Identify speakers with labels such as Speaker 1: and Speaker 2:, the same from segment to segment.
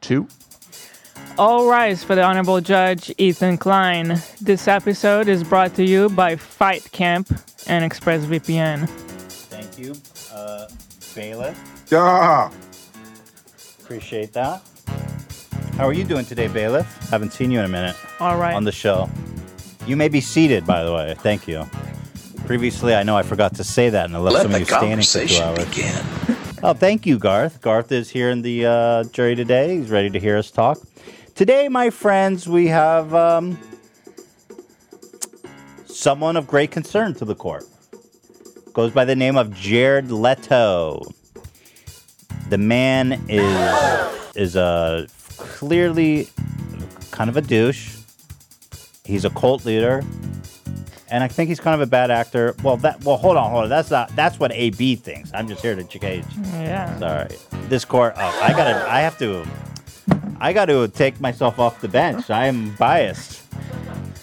Speaker 1: two.
Speaker 2: All rise for the Honorable Judge Ethan Klein. This episode is brought to you by Fight Camp and ExpressVPN.
Speaker 3: Thank you, uh, bailiff.
Speaker 4: Ah,
Speaker 3: Appreciate that. How are you doing today, bailiff? Haven't seen you in a minute
Speaker 2: All right.
Speaker 3: on the show. You may be seated, by the way. Thank you. Previously, I know I forgot to say that, and I left some of you standing for two hours.
Speaker 5: begin.
Speaker 3: Oh, thank you, Garth. Garth is here in the uh, jury today. He's ready to hear us talk. Today, my friends, we have um, someone of great concern to the court. Goes by the name of Jared Leto. The man is is a clearly kind of a douche. He's a cult leader, and I think he's kind of a bad actor. Well, that well, hold on, hold on. That's not that's what AB thinks. I'm just here to cage.
Speaker 2: yeah.
Speaker 3: Sorry. This court. Oh, I gotta. I have to. I gotta take myself off the bench. I am biased.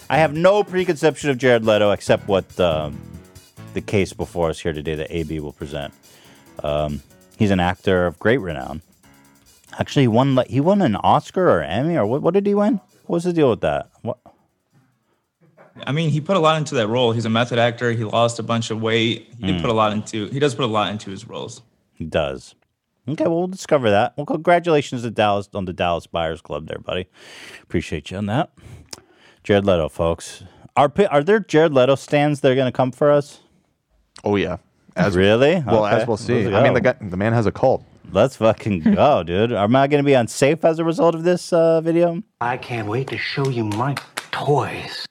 Speaker 3: I have no preconception of Jared Leto except what um, the case before us here today that AB will present. Um, he's an actor of great renown. Actually, he won. like, He won an Oscar or Emmy or what? What did he win? What was the deal with that? What?
Speaker 6: I mean, he put a lot into that role. He's a method actor. He lost a bunch of weight. He
Speaker 3: Mm.
Speaker 6: did put a lot into. He does put a lot into his roles.
Speaker 3: He does. Okay, well, we'll discover that. Well, congratulations to Dallas on the Dallas Buyers Club, there, buddy. Appreciate you on that. Jared Leto, folks. Are pi- are there Jared Leto stands that are going to come for us?
Speaker 1: Oh yeah. As
Speaker 3: Really?
Speaker 1: Well,
Speaker 3: Okay.
Speaker 1: as we'll see.
Speaker 3: Let's
Speaker 1: I mean,
Speaker 3: go.
Speaker 1: the guy, the man has a cult.
Speaker 3: Let's fucking go, dude. Am I going to be unsafe as a result of this uh, video?
Speaker 5: I can't wait to show you my toys.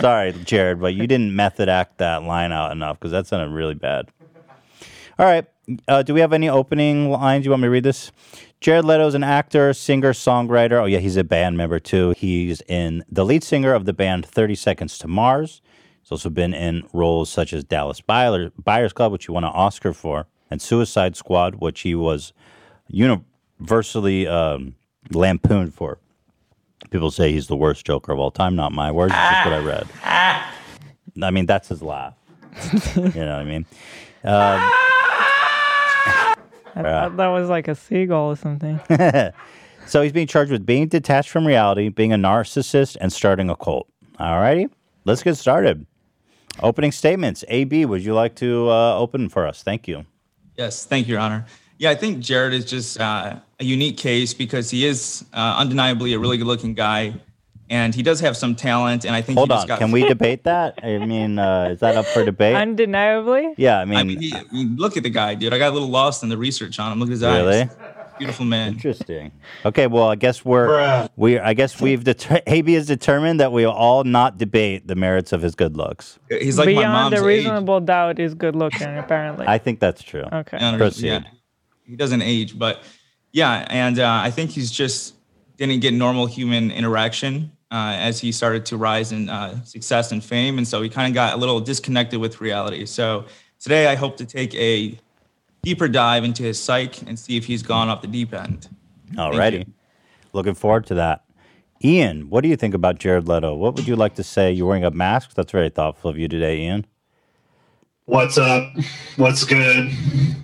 Speaker 3: Sorry, Jared, but you didn't method act that line out enough because that sounded really bad. All right. Uh, do we have any opening lines? You want me to read this? Jared Leto is an actor, singer, songwriter. Oh, yeah, he's a band member too. He's in the lead singer of the band 30 Seconds to Mars. He's also been in roles such as Dallas Buyer- Buyers Club, which he won an Oscar for, and Suicide Squad, which he was universally um, lampooned for. People say he's the worst Joker of all time. Not my words, it's just what I read. I mean, that's his laugh. you know what I mean? Um,
Speaker 2: I thought that was like a seagull or something.
Speaker 3: So he's being charged with being detached from reality, being a narcissist, and starting a cult. All righty, let's get started. Opening statements. AB, would you like to uh, open for us? Thank you.
Speaker 6: Yes, thank you, Your Honor. Yeah, I think Jared is just uh, a unique case because he is uh, undeniably a really good-looking guy, and he does have some talent. And I think
Speaker 3: Hold
Speaker 6: he just
Speaker 3: on.
Speaker 6: got
Speaker 3: Can we debate that? I mean, uh, is that up for debate?
Speaker 2: Undeniably?
Speaker 3: yeah, I mean,
Speaker 6: I mean, he, I mean, look at the guy, dude. I got a little lost in the research on him. Look at his
Speaker 3: Really?
Speaker 6: eyes. Beautiful man.
Speaker 3: interesting. Okay, well, I guess we're we I guess we've deter- AB has determined that we all not debate the merits of his good looks.
Speaker 6: He's like my
Speaker 2: Beyond
Speaker 6: mom's
Speaker 2: the
Speaker 6: age.
Speaker 2: reasonable doubt is good looking, apparently.
Speaker 3: I think that's true.
Speaker 2: okay.
Speaker 6: Your Honor,
Speaker 3: Proceed.
Speaker 6: Yeah, he doesn't age, but yeah, and uh, I think he's just didn't get normal human interaction uh, as he started to rise in uh, success and fame, and so he kind of got a little disconnected with reality. So today, I hope to take a deeper dive into his psyche and see if he's gone off the deep end.
Speaker 3: Alrighty.
Speaker 6: you.
Speaker 3: Looking forward to that. Ian, what do you think about Jared Leto? What would you like to say? You're wearing a mask. That's very thoughtful of you today, Ian.
Speaker 7: What's up? What's good?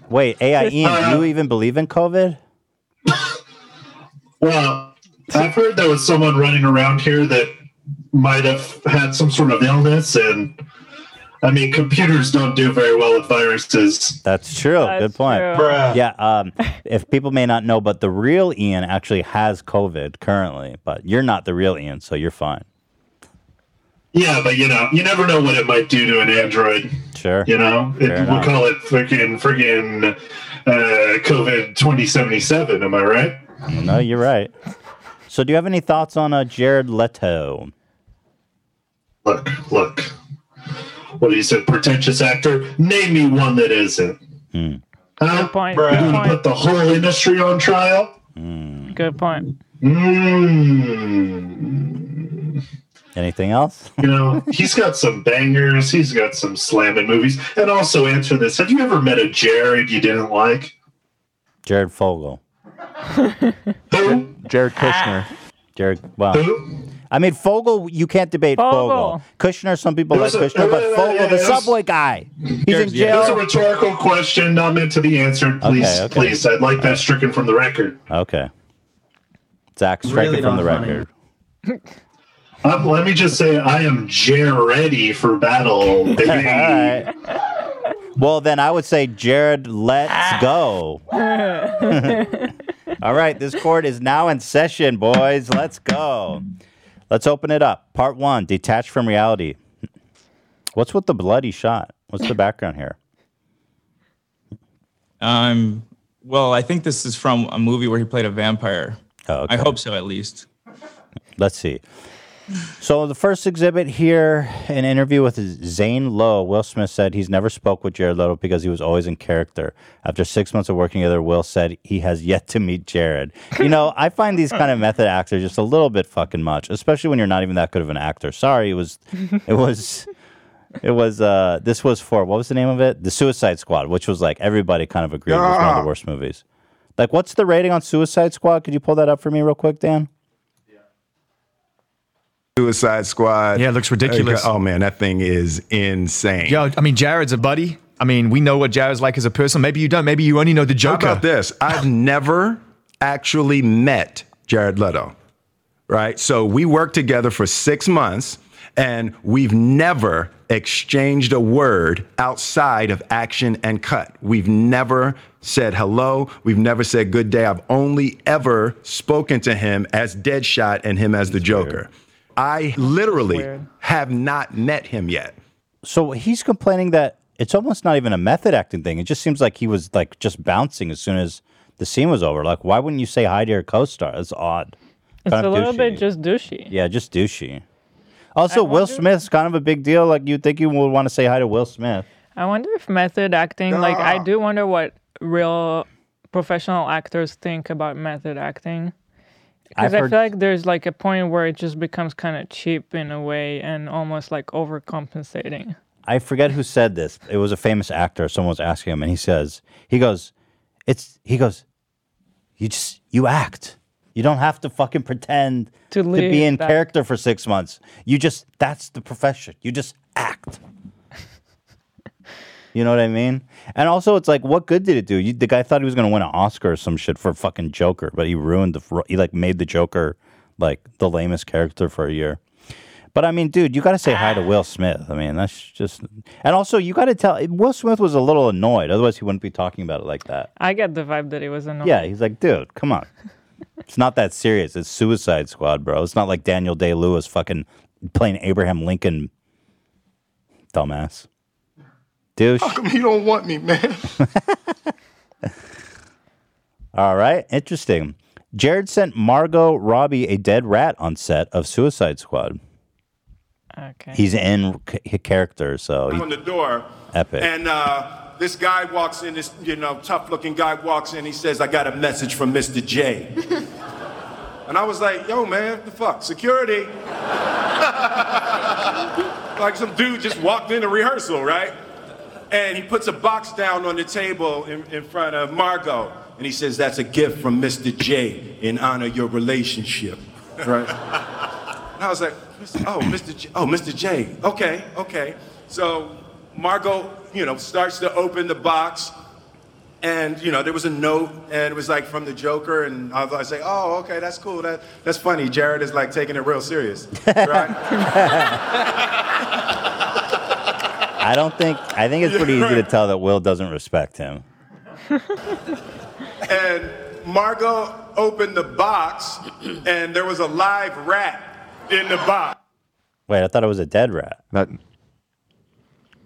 Speaker 3: Wait, AI Ian, do you even believe in COVID?
Speaker 7: Well, I've heard there was someone running around here that might have had some sort of illness, and I mean, computers don't do very well with viruses.
Speaker 3: That's true.
Speaker 2: That's
Speaker 3: Good point.
Speaker 2: true.
Speaker 3: Yeah. Um, if people may not know, but the real Ian actually has COVID currently, but you're not the real Ian, so you're fine.
Speaker 7: Yeah, but you know, you never know what it might do to an Android.
Speaker 3: Sure.
Speaker 7: You know, it,
Speaker 3: Fair
Speaker 7: we'll
Speaker 3: enough.
Speaker 7: call it freaking freaking uh, COVID twenty seventy seven. Am I right?
Speaker 3: No, you're right. So, do you have any thoughts on uh, Jared Leto?
Speaker 7: Look, look. What is it? Pretentious actor? Name me one that isn't.
Speaker 3: Hmm.
Speaker 7: Huh?
Speaker 2: Good point.
Speaker 7: You're
Speaker 2: Good
Speaker 7: going to put
Speaker 2: point.
Speaker 7: the whole industry on trial?
Speaker 3: Hmm.
Speaker 2: Good point.
Speaker 7: Mm.
Speaker 3: Anything else?
Speaker 7: You know, he's got some bangers. He's got some slamming movies. And also, answer this: Have you ever met a Jared you didn't like?
Speaker 3: Jared Fogle.
Speaker 7: Who?
Speaker 1: Jared Kushner.
Speaker 3: Jared. Well,
Speaker 7: Who?
Speaker 3: I mean, Fogel, you can't debate Fogel.
Speaker 2: Fogel.
Speaker 3: Kushner, some people
Speaker 7: It
Speaker 3: like
Speaker 7: was a-
Speaker 3: Kushner, but
Speaker 7: uh,
Speaker 3: Fogel, the
Speaker 7: it was-
Speaker 3: subway guy. He's in
Speaker 6: There's- yeah.
Speaker 7: It was a
Speaker 3: jail.
Speaker 7: rhetorical question, not meant to be answered. Please,
Speaker 3: Okay, okay.
Speaker 7: please, I'd like that stricken from the record.
Speaker 3: Okay. Zach, strike
Speaker 4: Really
Speaker 3: it from the
Speaker 4: not funny.
Speaker 3: record.
Speaker 7: Um, let me just say, I am Jer ready for battle. baby.
Speaker 3: All right. Well, then I would say, Jared, let's go. All right, this court is now in session, boys. Let's go. Let's open it up. Part one detached from reality. What's with the bloody shot? What's the background here?
Speaker 6: Um, well, I think this is from a movie where he played a vampire.
Speaker 3: Oh, okay.
Speaker 6: I hope so, at least.
Speaker 3: Let's see. So the first exhibit here, an interview with Zane Lowe. Will Smith said he's never spoke with Jared Leto because he was always in character. After six months of working together, Will said he has yet to meet Jared. You know, I find these kind of method actors just a little bit fucking much, especially when you're not even that good of an actor. Sorry, it was, it was, it was. uh This was for what was the name of it? The Suicide Squad, which was like everybody kind of agreed was one of the worst movies. Like, what's the rating on Suicide Squad? Could you pull that up for me real quick, Dan?
Speaker 8: Suicide Squad.
Speaker 9: Yeah, it looks ridiculous.
Speaker 8: Oh man, that thing is insane.
Speaker 9: Yo, I mean, Jared's a buddy. I mean, we know what Jared's like as a person. Maybe you don't. Maybe you only know the
Speaker 8: How
Speaker 9: Joker.
Speaker 8: about this? I've never actually met Jared Leto, right? So we worked together for six months and we've never exchanged a word outside of action and cut. We've never said hello. We've never said good day. I've only ever spoken to him as Deadshot and him as the Joker. I literally
Speaker 2: weird.
Speaker 8: have not met him yet.
Speaker 3: so he's complaining that it's almost not even a method acting thing. It just seems like he was like just bouncing as soon as the scene was over. Like, why wouldn't you say hi to your co-star? That's odd.
Speaker 2: It's
Speaker 3: Kind
Speaker 2: a
Speaker 3: of
Speaker 2: little
Speaker 3: douchey.
Speaker 2: bit just douchey.
Speaker 3: yeah, just douchey. Also, Will Smith's kind of a big deal. Like, you think you would want to say hi to Will Smith?
Speaker 2: I wonder if method acting, like,
Speaker 3: Ah.
Speaker 2: I do wonder what real professional actors think about method acting. Because I feel like there's like a point where it just becomes kind of cheap in a way and almost like overcompensating.
Speaker 3: I forget who said this. It was a famous actor. Someone was asking him, and he says, he goes, it's he goes, you just you act. You don't have to fucking pretend
Speaker 2: To live
Speaker 3: be in
Speaker 2: that-
Speaker 3: character for six months. You just that's the profession. You just act. you know what I mean? And also, it's like, what good did it do? You, the guy thought he was going to win an Oscar or some shit for fucking Joker, but he ruined the. fr- He like made the Joker like the lamest character for a year. But I mean, dude, you got to say hi to Will Smith. I mean, that's just, and also you got to tell Will Smith was a little annoyed. Otherwise, he wouldn't be talking about it like that.
Speaker 2: I get the vibe that it was annoying.
Speaker 3: Yeah, he's like, dude, come on. It's not that serious. It's Suicide Squad, bro. It's not like Daniel Day Lewis fucking playing Abraham Lincoln, dumbass, douche.
Speaker 8: You don't want me, man.
Speaker 3: All right, interesting. Jared sent Margot Robbie a dead rat on set of Suicide Squad.
Speaker 2: Okay.
Speaker 3: He's in c- character, so Oh, he-
Speaker 10: on the door.
Speaker 3: Epic.
Speaker 10: And uh, this guy walks in, this you know tough looking guy walks in. He says, "I got a message from Mr. J." and I was like, "Yo, man, what the fuck, security!" like some dude just walked into rehearsal, right? And he puts a box down on the table in, in front of Margot, and he says, "That's a gift from Mr. J in honor of your relationship." Right. And I was like, "Mr. oh, Mr. J, oh, Mr. J. Okay, okay. So Margot, you know, starts to open the box. And, you know, there was a note and it was like from the Joker. And I was like, say, oh, okay, that's cool. That, that's funny. Jared is like taking it real serious. Right?
Speaker 3: I don't think. I think it's pretty easy to tell that Will doesn't respect him.
Speaker 10: and Margot opened the box and there was a live rat in the box.
Speaker 3: Wait, I thought it was a dead rat.
Speaker 1: That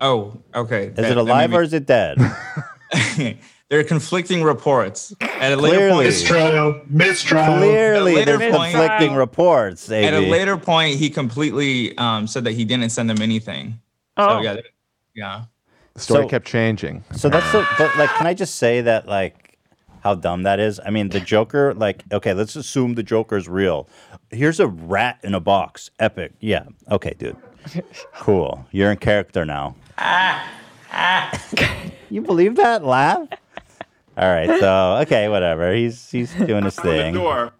Speaker 6: Oh, okay.
Speaker 3: Is it alive or is it dead?
Speaker 6: There are conflicting reports. At a later
Speaker 3: Clearly.
Speaker 6: point,
Speaker 7: Mistrial, mistrial.
Speaker 3: Clearly,
Speaker 6: later
Speaker 3: there's
Speaker 6: point-
Speaker 3: conflicting reports. AB.
Speaker 6: at a later point, he completely um, said that he didn't send them anything.
Speaker 2: oh,
Speaker 6: So yeah, th- yeah.
Speaker 1: the story
Speaker 3: So-
Speaker 1: kept changing.
Speaker 3: So that's the, but like, can I just say that like how dumb that is? I mean, the Joker, like, okay, let's assume the Joker's real. Here's a rat in a box. Epic. Yeah. Okay, dude. Cool. You're in character now. you believe that laugh? All right. So okay, whatever. He's he's doing his
Speaker 10: On the
Speaker 3: thing.
Speaker 10: door.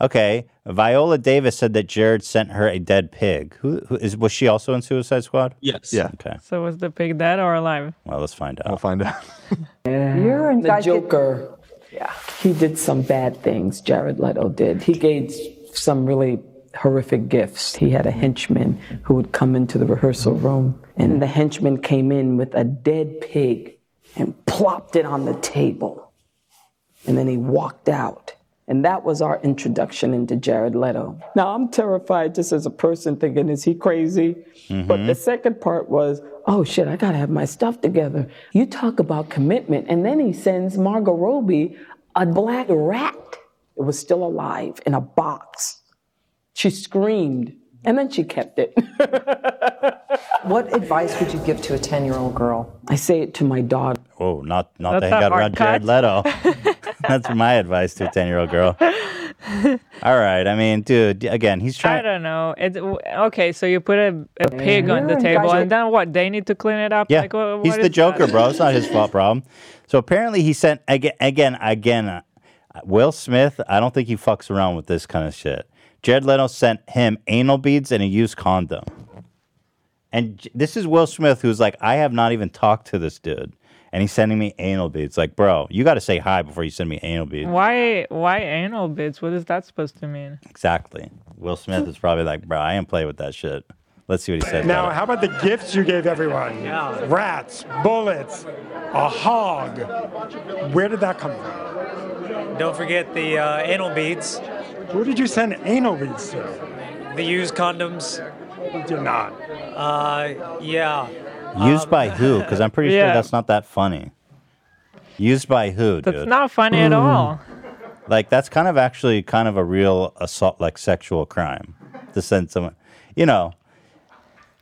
Speaker 3: Okay. Viola Davis said that Jared sent her a dead pig. Who, who is? Was she also in Suicide Squad?
Speaker 6: Yes.
Speaker 1: Yeah,
Speaker 3: Okay.
Speaker 2: so was the pig dead or alive?
Speaker 3: Well, let's find out.
Speaker 1: I'll find out.
Speaker 11: The Joker
Speaker 4: Yeah. He did some bad things, Jared Leto did. He gave some really horrific gifts. He had a henchman who would come into the rehearsal room, and the henchman came in with a dead pig and plopped it on the table. And then he walked out. And that was our introduction into Jared Leto. Now, I'm terrified just as a person thinking, is he crazy? But the second part was, oh shit, I gotta have my stuff together. You talk about commitment. And then he sends Margot Robbie a black rat. It was still alive in a box. She screamed and then she kept it.
Speaker 11: What advice would you give to a 10 year old girl?
Speaker 4: I say it to my daughter.
Speaker 3: Oh, not not
Speaker 4: That's
Speaker 3: the
Speaker 4: not
Speaker 3: hangout
Speaker 4: hard
Speaker 3: around Jared
Speaker 4: cut.
Speaker 3: Leto. That's my advice to a ten year old girl. All right, I mean, dude, again, he's
Speaker 2: I
Speaker 3: trying.
Speaker 2: don't know. It, w- okay, so you put a, a pig on the
Speaker 3: Yeah,
Speaker 2: table,
Speaker 3: guys,
Speaker 2: and then what? They need to clean it up.
Speaker 3: Yeah,
Speaker 2: like, wha- what
Speaker 3: he's the
Speaker 2: is
Speaker 3: Joker,
Speaker 2: that?
Speaker 3: bro. It's not his fault, problem. So apparently, he sent again, again, again. Uh, Will Smith. I don't think he fucks around with this kind of shit. Jared Leto sent him anal beads and a used condom. And J- this is Will Smith, who's like, I have not even talked to this dude, and he's sending me anal beads. Like, bro, you got to say hi before you send me anal beads.
Speaker 2: Why? Why anal bits? What is that supposed to mean?
Speaker 3: Exactly. Will Smith is probably like, bro, I ain't play with that shit. Let's see what he says.
Speaker 12: Now,
Speaker 3: about
Speaker 12: how about the gifts you gave everyone? Rats, bullets, a hog. Where did that come from?
Speaker 13: Don't forget the uh, anal beads,
Speaker 12: Who did you send anal beads to?
Speaker 13: the used condoms.
Speaker 12: You're not.
Speaker 13: Uh, yeah.
Speaker 3: it. Used by who? Because I'm pretty sure
Speaker 13: Yeah.
Speaker 3: that's not that funny. Used by who,
Speaker 2: That's
Speaker 3: dude?
Speaker 2: not funny
Speaker 3: Mm.
Speaker 2: at all.
Speaker 3: like that's kind of actually kind of a real assault, like sexual crime, to send someone, you know.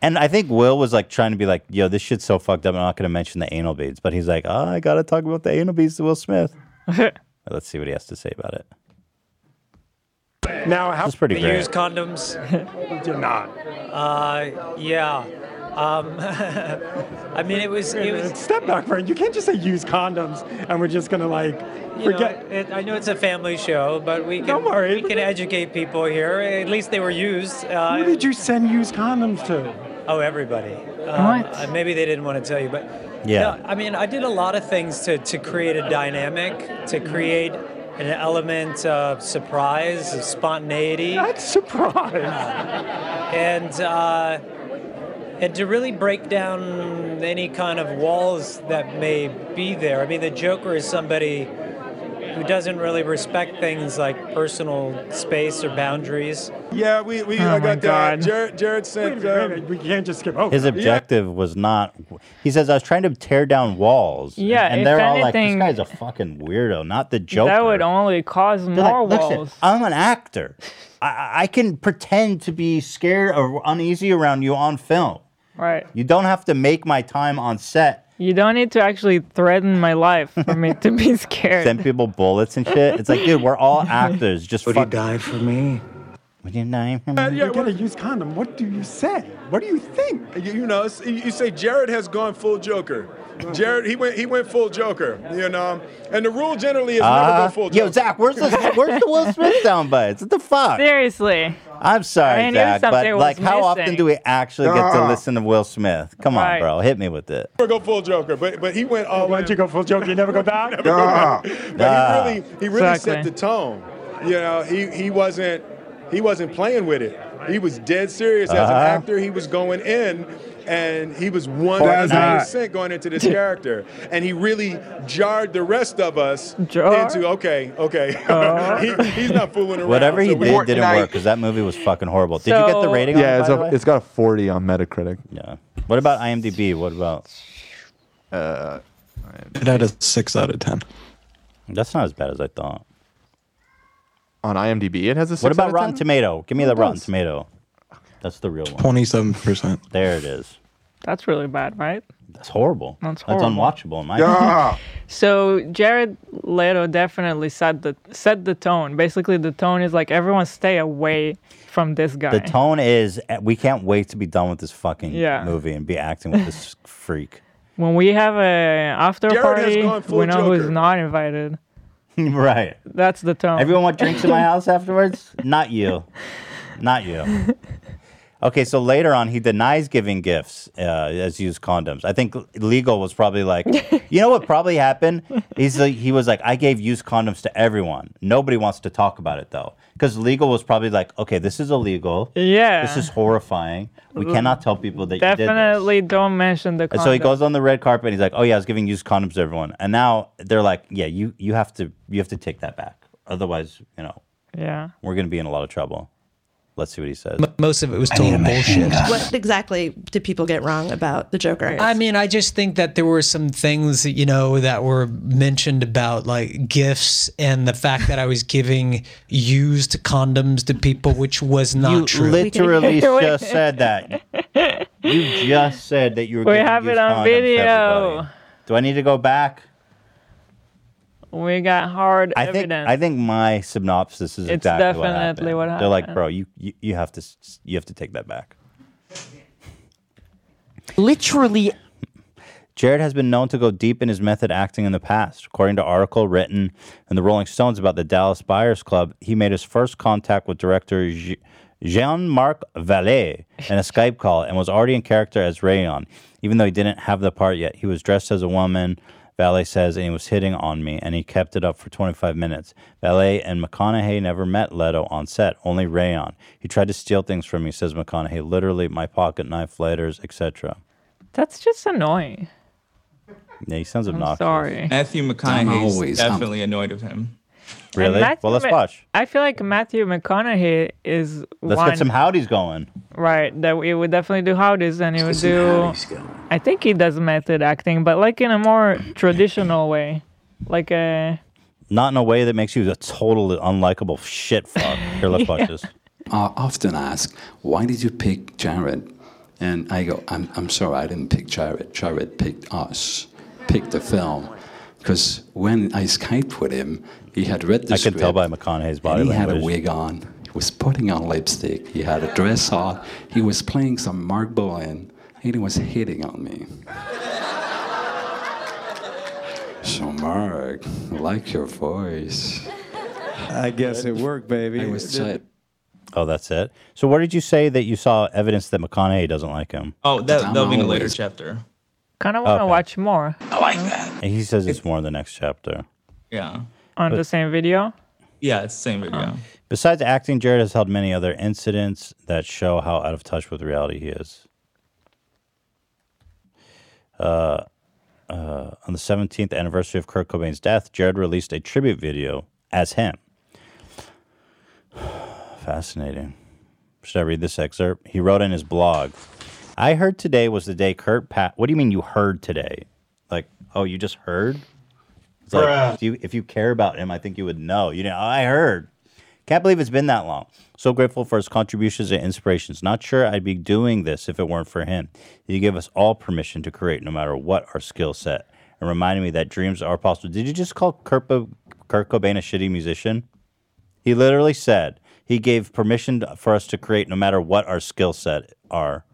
Speaker 3: And I think Will was like trying to be like, yo, this shit's so fucked up. I'm not going to mention the anal beads, but he's like, oh, I got to talk about the anal beads to Will Smith. Let's see what he has to say about it.
Speaker 12: Now, how
Speaker 3: That's pretty
Speaker 13: the
Speaker 3: great.
Speaker 13: used condoms.
Speaker 12: You're not.
Speaker 13: Uh, yeah. Um, I mean, it was. It was
Speaker 12: Step back, friend. You can't just say use condoms and we're just gonna like
Speaker 13: you know,
Speaker 12: forget.
Speaker 13: it, I know it's a family show, but we can we can educate people here. At least they were used.
Speaker 12: Who
Speaker 13: Uh,
Speaker 12: did you send used condoms to?
Speaker 13: oh, everybody.
Speaker 12: What?
Speaker 13: uh, Maybe they didn't want to tell you, but
Speaker 12: Yeah.
Speaker 13: No, I mean, I did a lot of things to to create a dynamic, to create an element of surprise, of spontaneity.
Speaker 12: That's surprise.
Speaker 13: and uh, and to really break down any kind of walls that may be there. I mean, the Joker is somebody who doesn't really respect things like personal space or boundaries.
Speaker 10: Yeah, we, we
Speaker 13: Oh
Speaker 10: I
Speaker 13: my
Speaker 10: got that.
Speaker 13: God.
Speaker 10: Jared, Jared sent. um,
Speaker 12: We can't just
Speaker 2: Oh,
Speaker 12: skip over.
Speaker 3: His objective was not. He says, "I was trying to tear down walls."
Speaker 2: Yeah,
Speaker 3: and
Speaker 2: if
Speaker 3: they're all like, "This
Speaker 2: anything-
Speaker 3: guy's a fucking weirdo, not the Joker."
Speaker 2: That would only cause
Speaker 3: They're
Speaker 2: more
Speaker 3: like, "Listen,
Speaker 2: walls.
Speaker 3: I'm an actor. I- I, I can pretend to be scared or uneasy around you on film.
Speaker 2: Right.
Speaker 3: You don't have to make my time on set.
Speaker 2: You don't need to actually threaten my life for me to be scared.
Speaker 3: Send people bullets and shit. It's like, dude, we're all actors. Just would fuck. you
Speaker 10: die for me?
Speaker 3: Would you die for me?
Speaker 10: Uh, yeah,
Speaker 12: you get a used condom. What do you say? What do you think?
Speaker 10: You, you know, it's- you you say Jared has gone full Joker. Jared, he went, he went full Joker. You know, and the rule generally is never
Speaker 3: Uh,
Speaker 10: go full Joker.
Speaker 3: yo, Zach, where's the where's the Will Smith sound bites? What the fuck?
Speaker 2: Seriously.
Speaker 3: I'm sorry,
Speaker 2: I knew
Speaker 3: Zach, but
Speaker 2: something was
Speaker 3: like, how often
Speaker 2: missing.
Speaker 3: do we actually get to
Speaker 1: Uh-huh.
Speaker 10: Ah.
Speaker 3: listen to Will Smith? Come on,
Speaker 10: Right.
Speaker 3: bro, hit me with it.
Speaker 10: Never go full Joker, but but he went all. Why'd
Speaker 12: you go full Joker? You never go back.
Speaker 10: never go
Speaker 3: Ah.
Speaker 10: back.
Speaker 3: Ah.
Speaker 10: But he really he really set
Speaker 3: Exactly.
Speaker 10: the tone. You know, he he wasn't he wasn't playing with it. He was dead serious as an
Speaker 3: Uh-huh.
Speaker 10: actor. He was going in. And he was one
Speaker 3: That's
Speaker 10: hundred
Speaker 3: hot.
Speaker 10: percent going into this character, and he really jarred the rest of us
Speaker 3: Jar?
Speaker 10: into okay, okay. he, he's not fooling around.
Speaker 3: Whatever he
Speaker 10: so we-
Speaker 3: did didn't work because that movie was fucking horrible. Did you get the
Speaker 10: So-
Speaker 3: rating?
Speaker 1: Yeah,
Speaker 3: on it,
Speaker 1: it's,
Speaker 3: by
Speaker 1: a,
Speaker 3: the way?
Speaker 1: it's got a 40 on Metacritic.
Speaker 3: Yeah. What about IMDb? What about?
Speaker 1: Uh,
Speaker 14: It had a six out of ten.
Speaker 3: That's not as bad as I thought.
Speaker 1: On IMDb, it has a.
Speaker 3: What
Speaker 1: six out
Speaker 3: about
Speaker 1: of
Speaker 3: Rotten
Speaker 1: 10?
Speaker 3: Tomato? Give me
Speaker 1: It
Speaker 3: the Rotten
Speaker 1: does.
Speaker 3: Tomato. That's the real one.
Speaker 14: Twenty-seven percent.
Speaker 3: There it is.
Speaker 2: That's really bad, right?
Speaker 3: That's horrible.
Speaker 2: That's
Speaker 3: unwatchable in my
Speaker 2: Yeah. So Jared Leto definitely set the set the tone. Basically, the tone is like everyone stay away from this guy.
Speaker 3: The tone is eh, we can't wait to be done with this fucking
Speaker 2: Yeah.
Speaker 3: movie and be acting with this freak.
Speaker 2: when we have a after
Speaker 3: Jared has
Speaker 2: party,
Speaker 3: gone full
Speaker 2: we know who's
Speaker 3: Joker.
Speaker 2: not invited.
Speaker 3: right.
Speaker 2: That's the tone.
Speaker 3: Everyone want drinks in my house afterwards? Not you. Not you. Okay, so later on, he denies giving gifts uh, as used condoms. I think legal was probably like, you know what probably happened? He's like, he was like, I gave used condoms to everyone. Nobody wants to talk about it though, because legal was probably like, okay, this is illegal.
Speaker 2: Yeah.
Speaker 3: this is horrifying. We
Speaker 2: Mm.
Speaker 3: cannot tell people that you did this.
Speaker 2: Definitely don't mention the
Speaker 3: And
Speaker 2: condom.
Speaker 3: so he goes on the red carpet. and He's like, "Oh yeah, I was giving used condoms to everyone." And now they're like, "Yeah, you you have to you have to take that back. Otherwise, you know,
Speaker 2: Yeah.
Speaker 3: we're gonna be in a lot of trouble." Let's see what he says.
Speaker 13: most of it was total bullshit.
Speaker 15: What exactly did people get wrong about the Joker?
Speaker 13: I mean, I just think that there were some things, you know, that were mentioned about like gifts and the fact that I was giving used condoms to people, which was not
Speaker 3: You
Speaker 13: true.
Speaker 3: literally just said that. You just said that you were.
Speaker 2: We
Speaker 3: giving
Speaker 2: have it
Speaker 3: used
Speaker 2: on
Speaker 3: condoms to
Speaker 2: video.
Speaker 3: everybody. Do I need to go back?
Speaker 2: We got hard
Speaker 3: I think
Speaker 2: evidence.
Speaker 3: I think my synopsis is
Speaker 2: It's
Speaker 3: exactly what
Speaker 2: definitely
Speaker 3: happened.
Speaker 2: what
Speaker 3: They're like,
Speaker 2: happened.
Speaker 3: bro, you, you you have to s- you have to take that back.
Speaker 16: Literally
Speaker 3: Jared has been known to go deep in his method acting in the past. According to article written in the Rolling Stones about the Dallas Buyers Club, he made his first contact with director Je- Jean-Marc Vallée in a Skype call and was already in character as Rayon. Even though he didn't have the part yet, he was dressed as a woman, Vallée says, and he was hitting on me, and he kept it up for 25 minutes. Vallée and McConaughey never met Leto on set, only Rayon. He tried to steal things from me, says McConaughey, literally my pocket knife, letters, etc.
Speaker 2: That's just annoying.
Speaker 3: Yeah, he sounds
Speaker 2: I'm
Speaker 3: obnoxious.
Speaker 2: sorry.
Speaker 6: Matthew McConaughey is definitely annoyed with him.
Speaker 2: And
Speaker 3: Really?
Speaker 2: Matthew
Speaker 3: Well, let's
Speaker 2: Ma-
Speaker 3: watch.
Speaker 2: I feel like Matthew McConaughey is
Speaker 3: Let's
Speaker 2: one
Speaker 3: get some howdies going.
Speaker 2: right that he would definitely do howdies and he would
Speaker 3: Let's get some
Speaker 2: do.
Speaker 3: howdies
Speaker 2: I think he does method acting, but like in a more traditional way, like uh, a
Speaker 3: Not in a way that makes you a total unlikable shit fuck. Here, let's watch
Speaker 2: Yeah.
Speaker 3: this.
Speaker 16: are often asked, why did you pick Jared? And I go, I'm, I'm sorry, I didn't pick Jared. Jared picked us, picked the film. Because when I Skyped with him, he had read the
Speaker 3: I can tell by McConaughey's body
Speaker 16: and he had a
Speaker 3: language.
Speaker 16: wig on. He was putting on lipstick. He had a dress on. He was playing some Mark Bolan, and he was hitting on me. So Mark, I like your voice.
Speaker 17: I guess it worked, baby.
Speaker 16: I was tight.
Speaker 3: Oh, that's it. So, what did you say that you saw evidence that McConaughey doesn't like him?
Speaker 6: Oh, that, that'll be in a later chapter.
Speaker 2: kind of want to
Speaker 3: Okay.
Speaker 2: watch more. I like
Speaker 3: And he says it's more in the next chapter.
Speaker 6: Yeah.
Speaker 2: on the same video.
Speaker 6: Yeah, it's the same video.
Speaker 3: Besides acting, Jared has held many other incidents that show how out of touch with reality he is. Uh, uh, on the 17th anniversary of Kurt Cobain's death, Jared released a tribute video as him. Fascinating. Should I read this excerpt? He wrote in his blog I heard today was the day Kurt Pat. What do you mean you heard today? Like, oh, you just heard? It's like,
Speaker 17: Bruh.
Speaker 3: if you, if you care about him, I think you would know. You know, I heard. Can't believe it's been that long. So grateful for his contributions and inspirations. Not sure I'd be doing this if it weren't for him. He gave us all permission to create no matter what our skill set and reminded me that dreams are possible. Did you just call Kurt, Bo- Kurt Cobain a shitty musician? He literally said he gave permission to- for us to create no matter what our skill set are.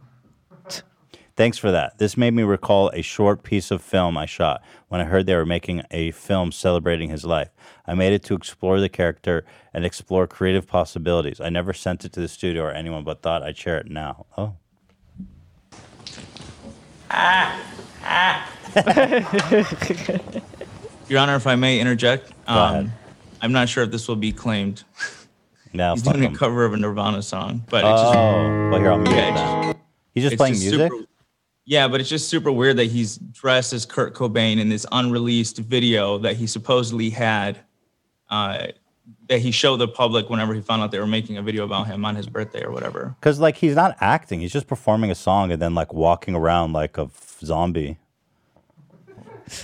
Speaker 3: Thanks for that. This made me recall a short piece of film I shot when I heard they were making a film celebrating his life. I made it to explore the character and explore creative possibilities. I never sent it to the studio or anyone, but thought I'd share it now. Oh.
Speaker 13: Ah,
Speaker 6: Your Honor, if I may interject, um, I'm not sure if this will be claimed.
Speaker 3: No,
Speaker 6: he's
Speaker 3: fuck
Speaker 6: doing
Speaker 3: him.
Speaker 6: a cover of a Nirvana song, but it's just
Speaker 3: Oh, well, here, I'll mute it
Speaker 6: Yeah, it's
Speaker 3: now. He's just
Speaker 6: it's
Speaker 3: playing music?
Speaker 6: super- yeah, but it's just super weird that he's dressed as Kurt Cobain in this unreleased video that he supposedly had, uh, that he showed the public whenever he found out they were making a video about him on his birthday or whatever.
Speaker 3: Because, like, he's not acting. He's just performing a song and then, like, walking around like a f- zombie.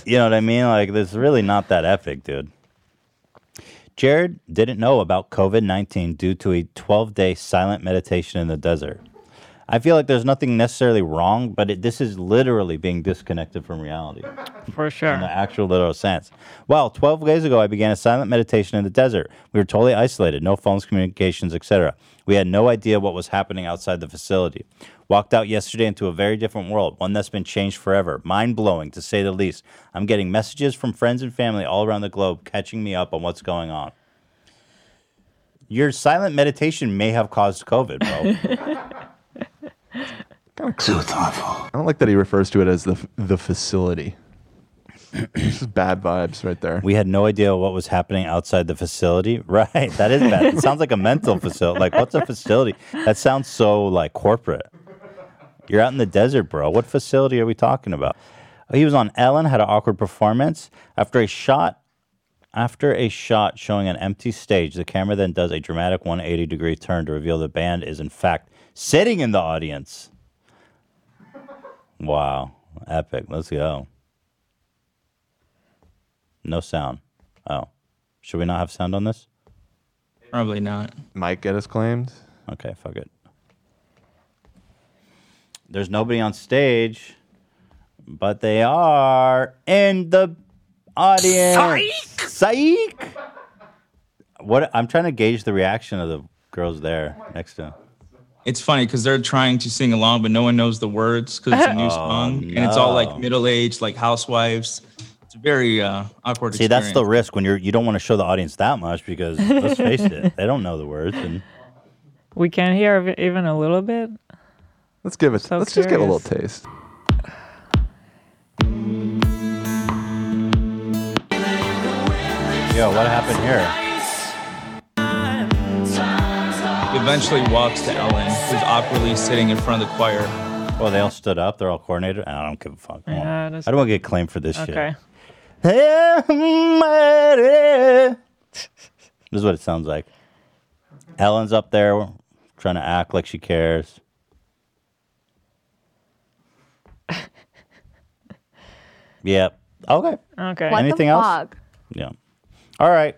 Speaker 3: You know what I mean? Like, this is really not that epic, dude. Jared didn't know about COVID 19 due to a 12 day silent meditation in the desert. I feel like there's nothing necessarily wrong, but it, this is literally being disconnected from reality.
Speaker 2: For sure.
Speaker 3: In the actual literal sense. Well, 12 days ago, I began a silent meditation in the desert. We were totally isolated, no phones, communications, etc. We had no idea what was happening outside the facility. Walked out yesterday into a very different world, one that's been changed forever. Mind blowing, to say the least. I'm getting messages from friends and family all around the globe catching me up on what's going on. Your silent meditation may have caused COVID, bro.
Speaker 1: Kind of so thoughtful. I don't like that he refers to it as the f- the facility. this is bad vibes right there.
Speaker 3: We had no idea what was happening outside the facility. Right. That is bad. it sounds like a mental facility. Like, what's a facility? That sounds so like corporate. You're out in the desert, bro. What facility are we talking about? He was on Ellen, had an awkward performance. After a shot, after a shot showing an empty stage, the camera then does a dramatic 180 degree turn to reveal the band is in fact sitting in the audience. Wow. Epic. Let's go. No sound. Oh. Should we not have sound on this?
Speaker 6: Probably not.
Speaker 1: Might get us claimed.
Speaker 3: Okay, fuck it. There's nobody on stage, but they are in the audience. Psych! What I'm trying to gauge the reaction of the girls there next to him.
Speaker 6: It's funny because they're trying to sing along, but no one knows the words because it's a new
Speaker 3: Oh,
Speaker 6: song and it's all
Speaker 3: no.
Speaker 6: like middle aged, like housewives. It's very uh, awkward.
Speaker 3: See, that's the risk when you're you don't want to show the audience that much because let's face it, they don't know the words and
Speaker 2: We can hear ev- even a little bit.
Speaker 1: Let's give it.
Speaker 2: So
Speaker 1: let's just give it a little
Speaker 2: curious.
Speaker 1: taste.
Speaker 3: Yo, what happened here?
Speaker 6: He eventually walks to Ellen, who's awkwardly sitting in front of the choir.
Speaker 3: Well, they all stood up. They're all coordinated. I don't give a fuck. I
Speaker 2: Yeah,
Speaker 3: don't
Speaker 2: that's-
Speaker 3: want to get claimed for this
Speaker 2: Okay.
Speaker 3: shit. This is what it sounds like. Ellen's up there trying to act like she cares. yep. Okay.
Speaker 2: Okay.
Speaker 3: What the Anything else? fuck? Yeah. All right.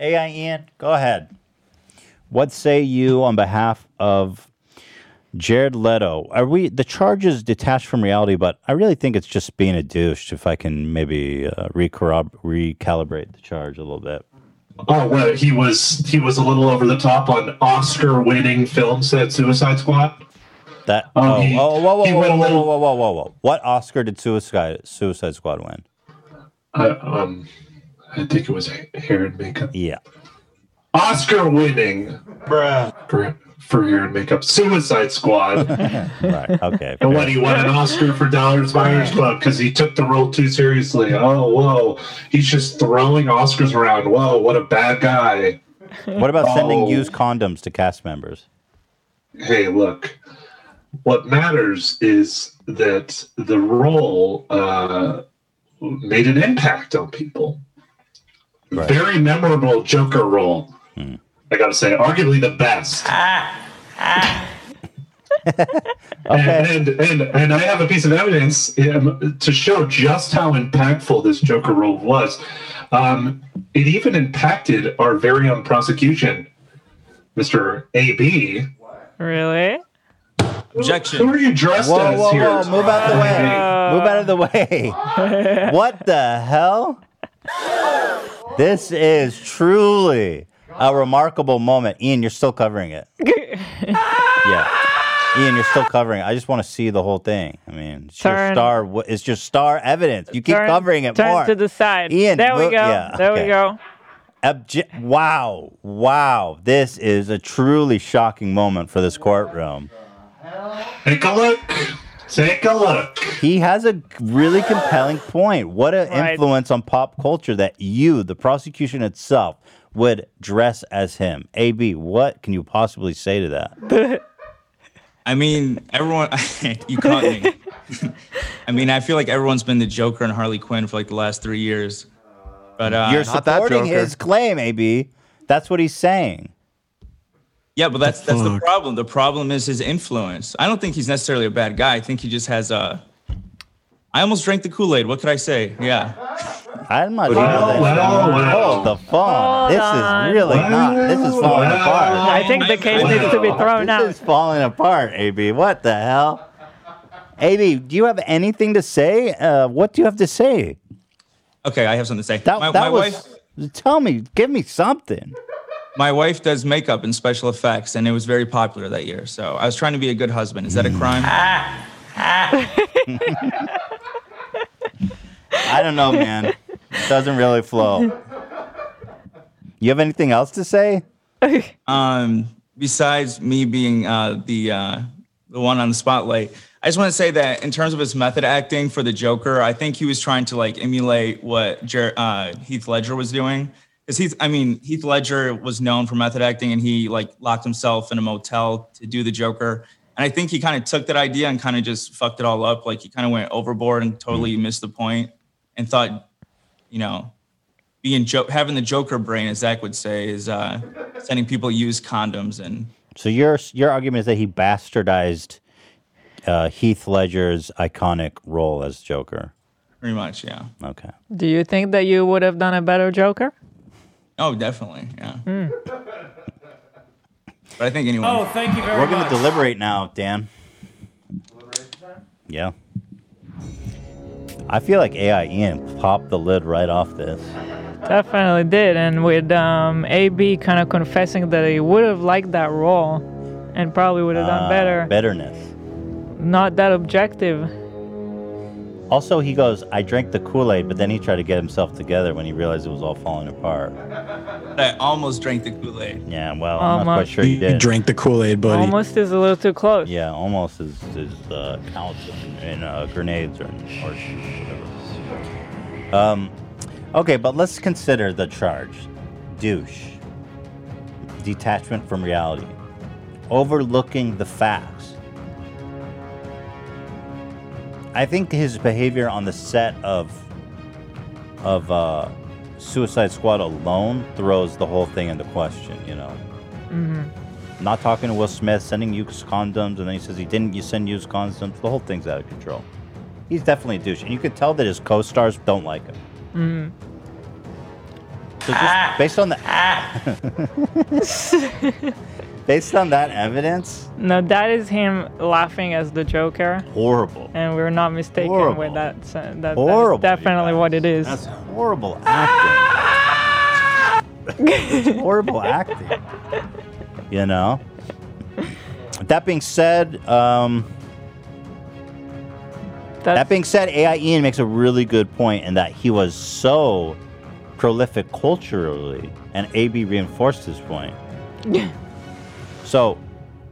Speaker 3: AI Ian, go ahead. What say you on behalf of Jared Leto? Are we the charges detached from reality? But I really think it's just being a douche. If I can maybe uh, recorrob- recalibrate the charge a little bit.
Speaker 7: Oh well, he was he was a little over the top on Oscar-winning films that Suicide Squad.
Speaker 3: That
Speaker 7: Um,
Speaker 3: oh,
Speaker 7: he-
Speaker 3: oh, whoa, whoa,
Speaker 7: he
Speaker 3: whoa,
Speaker 7: went
Speaker 3: whoa,
Speaker 7: a
Speaker 3: whoa,
Speaker 7: little-
Speaker 3: whoa, whoa, whoa, whoa! What Oscar did Suicide Suicide Squad win?
Speaker 7: I, um, I think it was hair and makeup.
Speaker 3: Yeah.
Speaker 7: Oscar-winning, bruh, for, for hair and makeup. Suicide Squad.
Speaker 3: right. Okay.
Speaker 7: And what he won an Oscar for Dollars Buyers Club because he took the role too seriously. Oh, whoa! He's just throwing Oscars around. Whoa, what a bad guy.
Speaker 3: What about sending
Speaker 7: Oh.
Speaker 3: used condoms to cast members?
Speaker 7: hey, look, what matters is that the role uh, made an impact on people. Very memorable Joker role. I gotta say, arguably the best. and, and and and I have a piece of evidence um, to show just how impactful this Joker role was. Um, it even impacted our very own prosecution, Mr. AB,
Speaker 2: Really?
Speaker 6: Objection.
Speaker 7: Who are you dressed
Speaker 3: Whoa,
Speaker 7: as
Speaker 3: whoa,
Speaker 7: here?
Speaker 3: whoa, move out the way. Move out of the way. what the hell? This is truly a remarkable moment. Ian, you're still covering it. Yeah. Ian, you're still covering it. I just want to see the whole thing. I mean, it's your
Speaker 2: Turn.
Speaker 3: star wi- it's your star evidence. You keep
Speaker 2: Turn-
Speaker 3: covering it
Speaker 2: turn
Speaker 3: more.
Speaker 2: to the side.
Speaker 3: Ian,
Speaker 2: there we
Speaker 3: mo-
Speaker 2: go.
Speaker 3: yeah,
Speaker 2: there
Speaker 3: okay.
Speaker 2: we go.
Speaker 3: Obje- wow. Wow. This is a truly shocking moment for this courtroom.
Speaker 7: Take a look. Take a look.
Speaker 3: He has a really compelling point. What an
Speaker 2: Right.
Speaker 3: influence on pop culture that you, the prosecution itself, would dress as him. AB, what can you possibly say to that?
Speaker 6: I mean, everyone, you caught me. I mean, I feel like everyone's been the Joker and Harley Quinn for like the last three years. But uh,
Speaker 3: You're supporting his claim, AB. That's what he's saying.
Speaker 6: Yeah, but that's that's the problem. The problem is his influence. I don't think he's necessarily a bad guy. I think he just has a. I almost drank the Kool Aid. What could I say? Yeah.
Speaker 3: I'm not.
Speaker 6: Well,
Speaker 3: sure that-
Speaker 6: well, well.
Speaker 3: Hold the phone. This is really not. This is falling apart.
Speaker 2: I think the case needs to be thrown out.
Speaker 3: Oh, This is falling apart, AB. What the hell? AB, do you have anything to say? Uh, what do you have to say?
Speaker 6: Okay, I have something to say.
Speaker 3: That,
Speaker 6: my
Speaker 3: that
Speaker 6: my
Speaker 3: was.
Speaker 6: wife,
Speaker 3: Tell me, give me something.
Speaker 6: my wife does makeup and special effects, and it was very popular that year. So I was trying to be a good husband. Is that a
Speaker 3: Mm.
Speaker 6: crime?
Speaker 3: I don't know, man. It doesn't really flow. You have anything else to say?
Speaker 6: um, besides me being uh, the uh, the one on the spotlight. I just want to say that in terms of his method acting for the Joker, I think he was trying to like emulate what Jer- uh, Heath Ledger was doing. Because Heath, I mean, Heath Ledger was known for method acting, and he like locked himself in a motel to do the Joker. And I think he kind of took that idea and kind of just fucked it all up. Like he kind of went overboard and totally missed the point, and thought, you know, being jo- having the Joker brain, as Zach would say, is uh, sending people use condoms and
Speaker 3: So your your argument is that he bastardized uh, Heath Ledger's iconic role as Joker.
Speaker 6: pretty much, yeah.
Speaker 3: Okay.
Speaker 2: Do you think that you would have done a better Joker?
Speaker 6: Oh, definitely, yeah.
Speaker 2: Hmm.
Speaker 6: But I think anyone.
Speaker 13: Oh, thank you very
Speaker 3: We're going to
Speaker 13: much.
Speaker 3: deliberate now, Dan. Yeah. I feel like AI Ian popped the lid right off this.
Speaker 2: Definitely did, and with um, AB kind of confessing that he would have liked that role, and probably would have
Speaker 3: Ah,
Speaker 2: done better.
Speaker 3: Betterness.
Speaker 2: Not that objective.
Speaker 3: Also, he goes, I drank the Kool Aid, but then he tried to get himself together when he realized it was all falling apart.
Speaker 6: I almost drank the Kool Aid.
Speaker 3: Yeah, well, I'm not quite
Speaker 2: Almost.
Speaker 3: sure he
Speaker 2: You
Speaker 3: did.
Speaker 14: drank the Kool Aid, buddy.
Speaker 2: Almost is a little too close.
Speaker 3: Yeah, almost as, as uh, counts and, and uh, grenades or, or whatever. Um, okay, but let's consider the charge douche, detachment from reality, overlooking the facts. I think his behavior on the set of of uh, Suicide Squad alone throws the whole thing into question. You know,
Speaker 2: Mhm.
Speaker 3: not talking to Will Smith, sending used condoms, and then he says he didn't you send used condoms. The whole thing's out of control. He's definitely a douche, and you could tell that his co-stars don't like him.
Speaker 2: Mm.
Speaker 3: So just based on the based on that evidence,
Speaker 2: No, that is him laughing as the Joker,
Speaker 3: horrible,
Speaker 2: and we're not mistaken
Speaker 3: Horrible.
Speaker 2: with that. sen- That, that is
Speaker 3: Horrible, you
Speaker 2: definitely what it is.
Speaker 3: That's horrible acting. It's horrible acting. You know. That being said, um, that being said, AI Ian makes a really good point in that he was so prolific culturally, and AB reinforced his point. So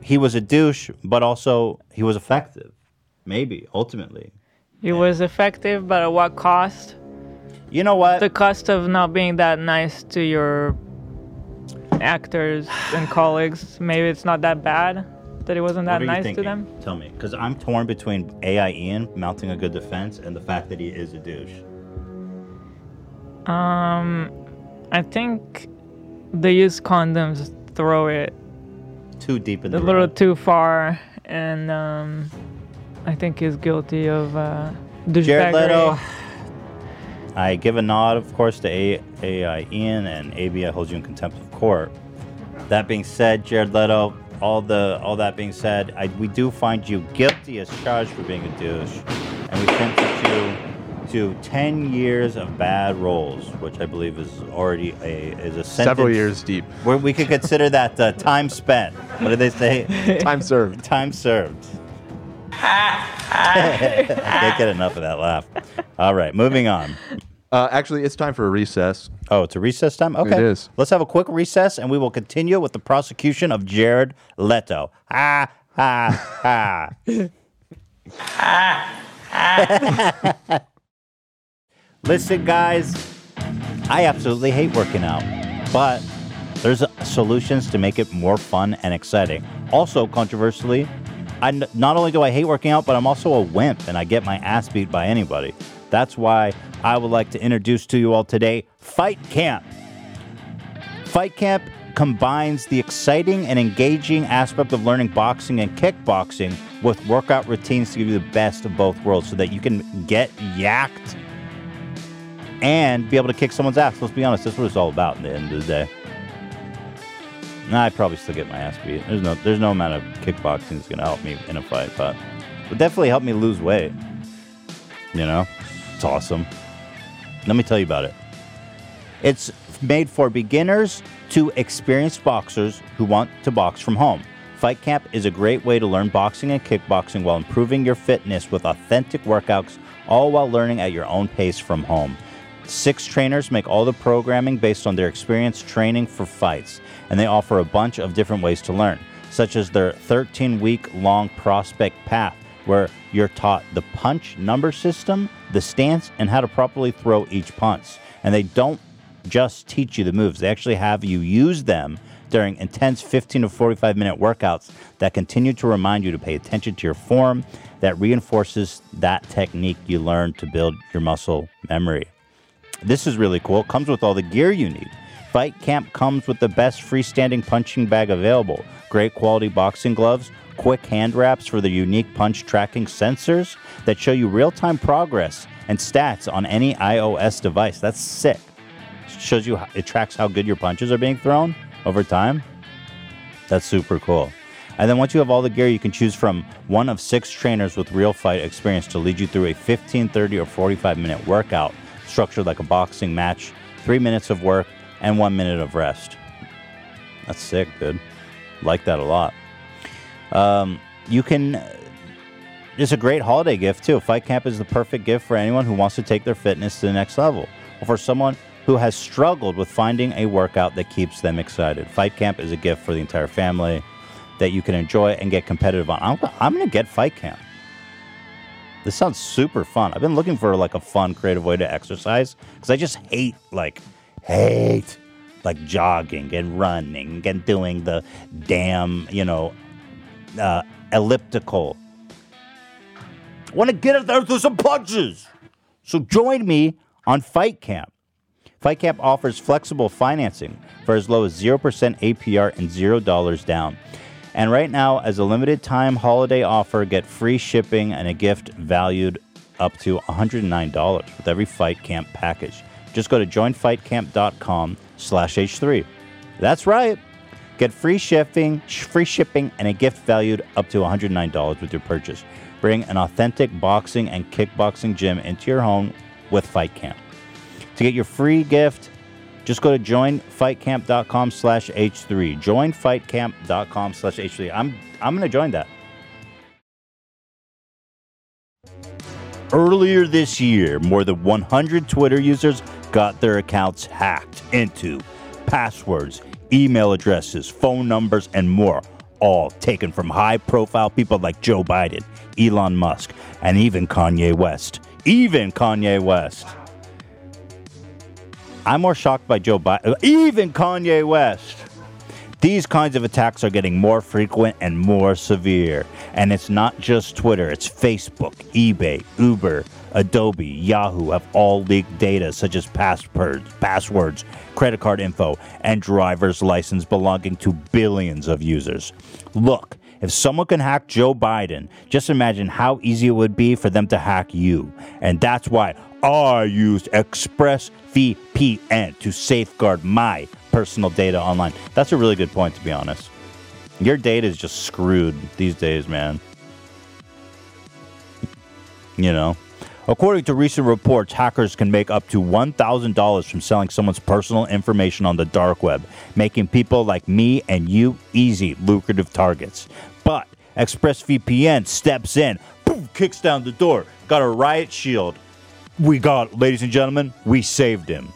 Speaker 3: he was a douche, but also he was effective. Maybe ultimately,
Speaker 2: It was effective, but at what cost?
Speaker 3: You know what?
Speaker 2: The cost of not being that nice to your actors and colleagues. Maybe it's not that bad that it wasn't
Speaker 3: What
Speaker 2: that
Speaker 3: are you
Speaker 2: nice to
Speaker 3: thinking?
Speaker 2: them.
Speaker 3: Tell me, because I'm torn between AI Ian mounting a good defense and the fact that he is a douche.
Speaker 2: Um, I think they use condoms throw it
Speaker 3: Too deep in the
Speaker 2: a little too far, and um, I think he's guilty of uh, douchebaggery.
Speaker 3: Jared Leto. I give a nod, of course, to A- AI Ian and AB. I hold you in contempt of court. That being said, Jared Leto, all the all that being said, I, we do find you guilty as charged for being a douche, and we sentence you to ten years of bad roles, which I believe is already a is a sentence.
Speaker 1: Several years deep.
Speaker 3: Where we could consider that uh, time spent. What do they say?
Speaker 1: Time served.
Speaker 3: Time served. Can't get enough of that laugh. All right, moving on.
Speaker 1: Uh, actually, it's time for a recess.
Speaker 3: Oh, it's a recess time. Okay,
Speaker 1: It is.
Speaker 3: Let's have a quick recess, and we will continue with the prosecution of Jared Leto. Ha ha ha. Listen, guys, I absolutely hate working out, but there's solutions to make it more fun and exciting. Also, controversially, I n- not only do I hate working out, but I'm also a wimp and I get my ass beat by anybody. That's why I would like to introduce to you all today Fight Camp. Fight Camp combines the exciting and engaging aspect of learning boxing and kickboxing with workout routines to give you the best of both worlds so that you can get yacked and be able to kick someone's ass. Let's be honest, that's what it's all about in the end of the day. Nah, I probably still get my ass beat. There's no there's no amount of kickboxing that's gonna help me in a fight, but it would definitely help me lose weight. You know? It's awesome. Let me tell you about it. It's made for beginners to experienced boxers who want to box from home. Fight Camp is a great way to learn boxing and kickboxing while improving your fitness with authentic workouts, all while learning at your own pace from home. Six trainers make all the programming based on their experience training for fights, and they offer a bunch of different ways to learn. such as their 13 week long prospect path, where you're taught the punch number system, the stance, and how to properly throw each punch. And they don't just teach you the moves, they actually have you use them during intense 15 to 45 minute workouts that continue to remind you to pay attention to your form that reinforces that technique you learned to build your muscle memory. This is really cool. It comes with all the gear you need. Fight Camp comes with the best freestanding punching bag available, great quality boxing gloves, quick hand wraps for the unique punch tracking sensors that show you real time progress and stats on any iOS device. That's sick. It shows you, it tracks how good your punches are being thrown over time. That's super cool. And then once you have all the gear, you can choose from one of six trainers with real fight experience to lead you through a 15, 30, or 45 minute workout structured like a boxing match, three minutes of work, and one minute of rest. That's sick, dude. Like that a lot. Um, you can. It's a great holiday gift, too. Fight Camp is the perfect gift for anyone who wants to take their fitness to the next level, or for someone who has struggled with finding a workout that keeps them excited. Fight Camp is a gift for the entire family that you can enjoy and get competitive on. I'm, I'm going to get Fight Camp. This sounds super fun. I've been looking for like a fun, creative way to exercise because I just hate like hate like jogging and running and doing the damn you know uh, elliptical. Want to get up there through some punches? So join me on Fight Camp. Fight Camp offers flexible financing for as low as 0% APR and $0 down. And right now, as a limited time holiday offer, get free shipping and a gift valued up to $109 with every Fight Camp package. Just go to joinfightcamp.com slash H3. That's right. Get free shipping, sh- free shipping, and a gift valued up to $109 with your purchase. Bring an authentic boxing and kickboxing gym into your home with Fight Camp. To get your free gift, just go to joinfightcamp.com slash H3. Joinfightcamp.com slash H3. I'm, I'm going to join that. Earlier this year, more than 100 Twitter users got their accounts hacked into passwords, email addresses, phone numbers, and more, all taken from high profile people like Joe Biden, Elon Musk, and even Kanye West. Even Kanye West. I'm more shocked by Joe Biden, even Kanye West. These kinds of attacks are getting more frequent and more severe. And it's not just Twitter, it's Facebook, eBay, Uber, Adobe, Yahoo have all leaked data such as passwords, passwords, credit card info, and driver's license belonging to billions of users. Look, if someone can hack Joe Biden, just imagine how easy it would be for them to hack you. And that's why I used ExpressVPN to safeguard my personal data online. That's a really good point, to be honest. Your data is just screwed these days, man. You know? According to recent reports, hackers can make up to $1,000 from selling someone's personal information on the dark web, making people like me and you easy, lucrative targets. But ExpressVPN steps in, boom, kicks down the door, got a riot shield. We got, ladies and gentlemen, we saved him.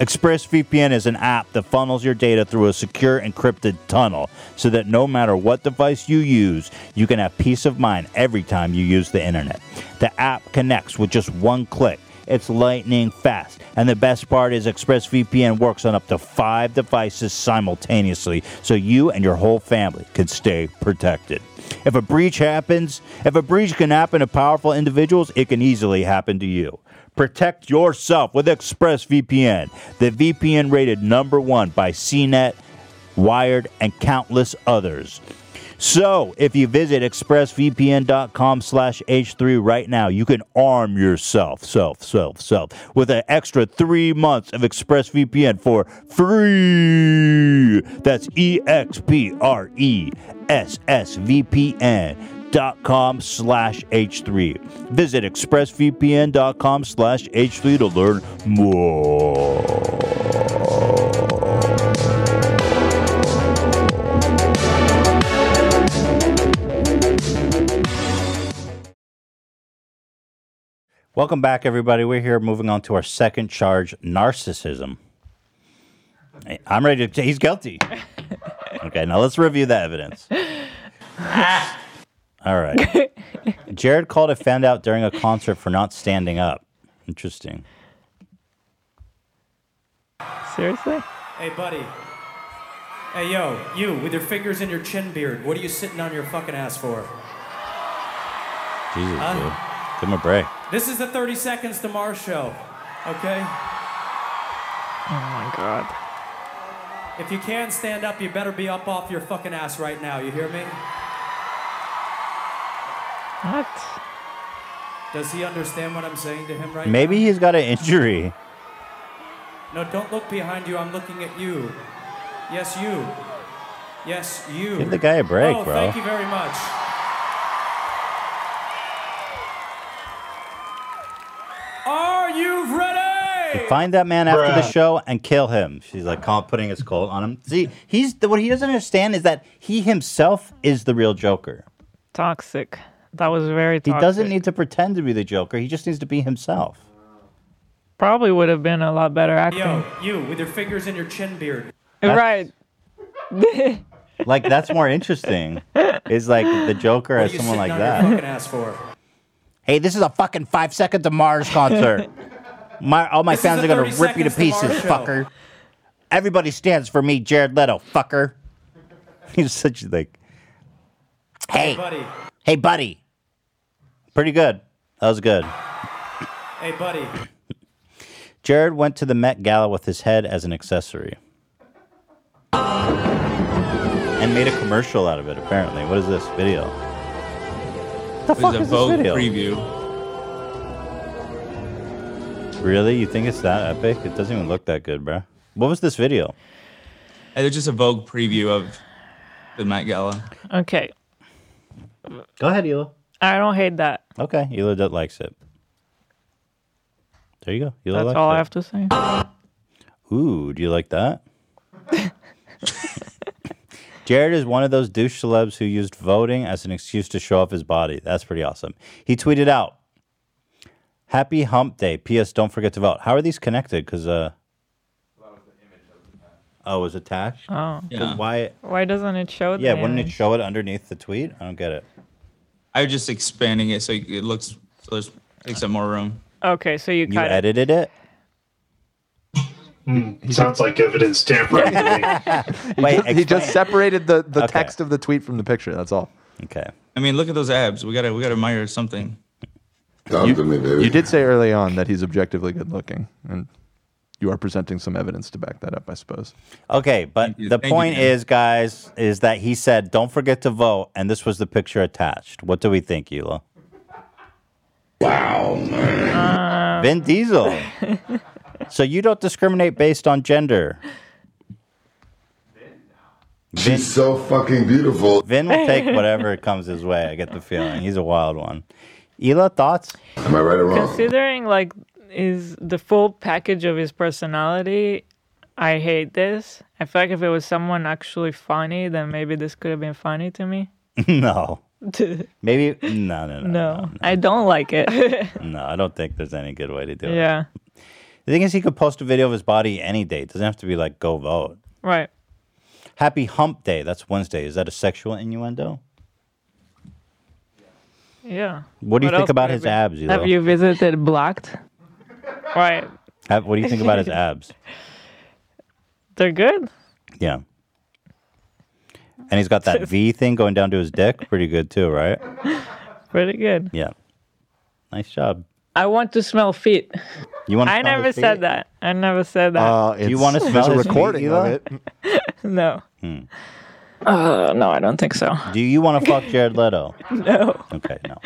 Speaker 3: ExpressVPN is an app that funnels your data through a secure encrypted tunnel so that no matter what device you use, you can have peace of mind every time you use the internet. The app connects with just one click. It's lightning fast. And the best part is ExpressVPN works on up to five devices simultaneously, so you and your whole family can stay protected. If a breach happens, if a breach can happen to powerful individuals, it can easily happen to you. Protect yourself with ExpressVPN, the VPN rated number one by CNET, Wired, and countless others. So, if you visit expressvpn.com slash H3 right now, you can arm yourself, self, self, self, with an extra three months of ExpressVPN for free. That's E X P R E S S V P N dot com slash h3 visit expressvpn.com slash h3 to learn more Welcome back, everybody. We're here moving on to our second charge narcissism. I'm ready to. He's guilty. Okay, now let's review the evidence. All right. Jared called a fan out during a concert for not standing up. Interesting.
Speaker 2: Seriously?
Speaker 13: Hey, buddy. Hey, yo, you with your fingers in your chin beard. What are you sitting on your fucking ass for?
Speaker 3: Jesus,
Speaker 13: Huh?
Speaker 3: dude. Give him a break.
Speaker 13: This is the 30 Seconds to Mars show, okay?
Speaker 2: Oh my god.
Speaker 13: If you can stand up, you better be up off your fucking ass right now. You hear me?
Speaker 2: What?
Speaker 13: Does he understand what I'm saying to him right
Speaker 3: Maybe he's got an injury.
Speaker 13: now? No, don't look behind you. I'm looking at you. Yes, you. Yes, you.
Speaker 3: Give the guy a break,
Speaker 13: oh,
Speaker 3: bro.
Speaker 13: Thank you very much. Are you ready?
Speaker 3: Find that man after the
Speaker 13: Bruh.
Speaker 3: show and kill him. She's like call, putting his coat on him. See, he's the, what he doesn't understand is that he himself is the real Joker.
Speaker 2: Toxic. That was very
Speaker 3: He
Speaker 2: toxic.
Speaker 3: doesn't need to pretend to be the Joker. He just needs to be himself.
Speaker 2: Probably would have been a lot better acting.
Speaker 13: Yo, you with your fingers in your chin beard.
Speaker 2: Right.
Speaker 3: Like that's more interesting. Is like the Joker
Speaker 13: What are
Speaker 3: as
Speaker 13: you
Speaker 3: someone
Speaker 13: sitting
Speaker 3: like
Speaker 13: on Your
Speaker 3: that.
Speaker 13: fucking ass for.
Speaker 3: Hey, this is a fucking five seconds of Mars concert. My all my
Speaker 13: This is
Speaker 3: fans
Speaker 13: the
Speaker 3: are gonna
Speaker 13: 30
Speaker 3: rip you to
Speaker 13: Seconds to
Speaker 3: pieces,
Speaker 13: Mars show.
Speaker 3: fucker. Everybody stands for me, Jared Leto, fucker. He's such like, hey,
Speaker 13: buddy.
Speaker 3: hey, buddy. Pretty good. That was good.
Speaker 13: Hey, buddy.
Speaker 3: Jared went to the Met Gala with his head as an accessory. And made a commercial out of it, apparently. What is this video? The
Speaker 6: It was
Speaker 3: fuck
Speaker 6: a
Speaker 3: is this
Speaker 6: Vogue
Speaker 3: video?
Speaker 6: preview.
Speaker 3: Really? You think it's that epic? It doesn't even look that good, bro. What was this video?
Speaker 6: It was just a Vogue preview of the Met Gala.
Speaker 3: e-
Speaker 2: Okay.
Speaker 3: Go ahead, Hila.
Speaker 2: I don't hate that.
Speaker 3: Okay, Hila that likes it. There you go. Hila
Speaker 2: That's
Speaker 3: likes
Speaker 2: all
Speaker 3: it.
Speaker 2: I have to say. Oh.
Speaker 3: Ooh, do you like that? Jared is one of those douche celebs who used voting as an excuse to show off his body. That's pretty awesome. He tweeted out, "Happy Hump Day." P.S. Don't forget to vote. How are these connected? Because uh, oh, it was attached.
Speaker 2: Oh.
Speaker 3: So Why?
Speaker 2: Why doesn't it show
Speaker 3: Yeah,
Speaker 2: the
Speaker 3: wouldn't it
Speaker 2: image?
Speaker 3: show it underneath the tweet? I don't get it.
Speaker 6: I was just expanding it so it looks so there's takes up more room.
Speaker 2: Okay, so you
Speaker 3: You
Speaker 2: cut it.
Speaker 3: edited it.
Speaker 7: Hmm, Sounds like evidence tampering.
Speaker 1: He,
Speaker 3: Wait,
Speaker 1: just, he just
Speaker 6: explain.
Speaker 1: separated the, the
Speaker 6: Okay.
Speaker 1: text of the tweet from the picture. That's all.
Speaker 3: Okay.
Speaker 6: I mean, look at those abs. We gotta we gotta admire something.
Speaker 1: you, you did say early on that he's objectively good looking, and you are presenting some evidence to back that up, I suppose.
Speaker 3: Okay, but the
Speaker 1: Thank you,
Speaker 3: point
Speaker 1: Dan.
Speaker 3: is, guys, is that he said, "Don't forget to vote," and this was the picture attached. What do we think, Hila? Wow, man. Vin Diesel. so you don't discriminate based on gender. She's
Speaker 18: so fucking beautiful.
Speaker 3: Vin will take whatever comes his way. I get the feeling he's a wild one. Hila, thoughts?
Speaker 18: Am I right or
Speaker 2: Considering like is the full package of his personality, I hate this. I feel like if it was someone actually funny, then maybe this could have been funny to me.
Speaker 3: no. Maybe no, no, no,
Speaker 2: no, I don't like it.
Speaker 3: no. I don't think there's any good way to do it.
Speaker 2: yeah,
Speaker 3: The thing is, he could post a video of his body any day. It doesn't have to be like go vote.
Speaker 2: right.
Speaker 3: Happy Hump Day. That's Wednesday. Is that a sexual innuendo?
Speaker 2: Yeah.
Speaker 3: What do you think
Speaker 2: else
Speaker 3: about
Speaker 2: could it
Speaker 3: his
Speaker 2: be?
Speaker 3: abs,
Speaker 2: Have
Speaker 3: Elon?
Speaker 2: you visited Blocked? right.
Speaker 3: Ab- What do you think about his abs?
Speaker 2: They're good.
Speaker 3: Yeah. And he's got that V thing going down to his dick. Pretty good too, right?
Speaker 2: Pretty good.
Speaker 3: Yeah. Nice job.
Speaker 2: I want to smell feet.
Speaker 3: You want?
Speaker 2: I never said that. I never said that.
Speaker 3: Do you want to smell his feet, Elon?
Speaker 2: no.
Speaker 3: Hmm.
Speaker 2: Uh, no, I don't think so.
Speaker 3: Do you want to fuck Jared Leto?
Speaker 2: No.
Speaker 3: Okay, no.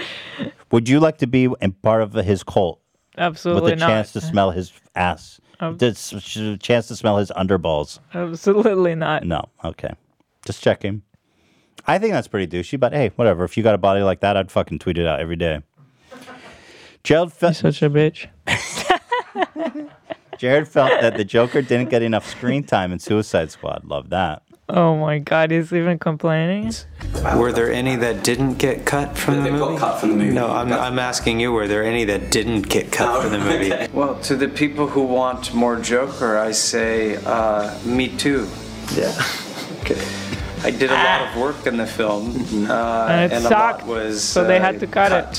Speaker 3: Would you like to be in part of his cult?
Speaker 2: Absolutely
Speaker 3: With a
Speaker 2: not.
Speaker 3: chance to smell his ass.
Speaker 2: Um,
Speaker 3: The s- s- chance to smell his underballs.
Speaker 2: Absolutely not.
Speaker 3: No. Okay. Just checking. I think that's pretty douchey, but hey, whatever. If you got a body like that, I'd fucking tweet it out every day. Jared felt
Speaker 2: such a bitch.
Speaker 3: Jared felt that the Joker didn't get enough screen time in Suicide Squad. Love that.
Speaker 2: Oh my god, he's even complaining.
Speaker 17: Were there any that didn't get cut from the movie? cut from the movie. Oh, No, I'm, I'm asking you, were there any that didn't get cut from the movie? Well, to the people who want more Joker, I say, uh, me too. Yeah. Okay. I did a lot of work in the
Speaker 16: Mm-hmm.
Speaker 17: film, uh,
Speaker 2: Ah. and it
Speaker 17: a
Speaker 2: sucked.
Speaker 17: lot was
Speaker 2: so they
Speaker 17: uh,
Speaker 2: had to cut,
Speaker 17: it.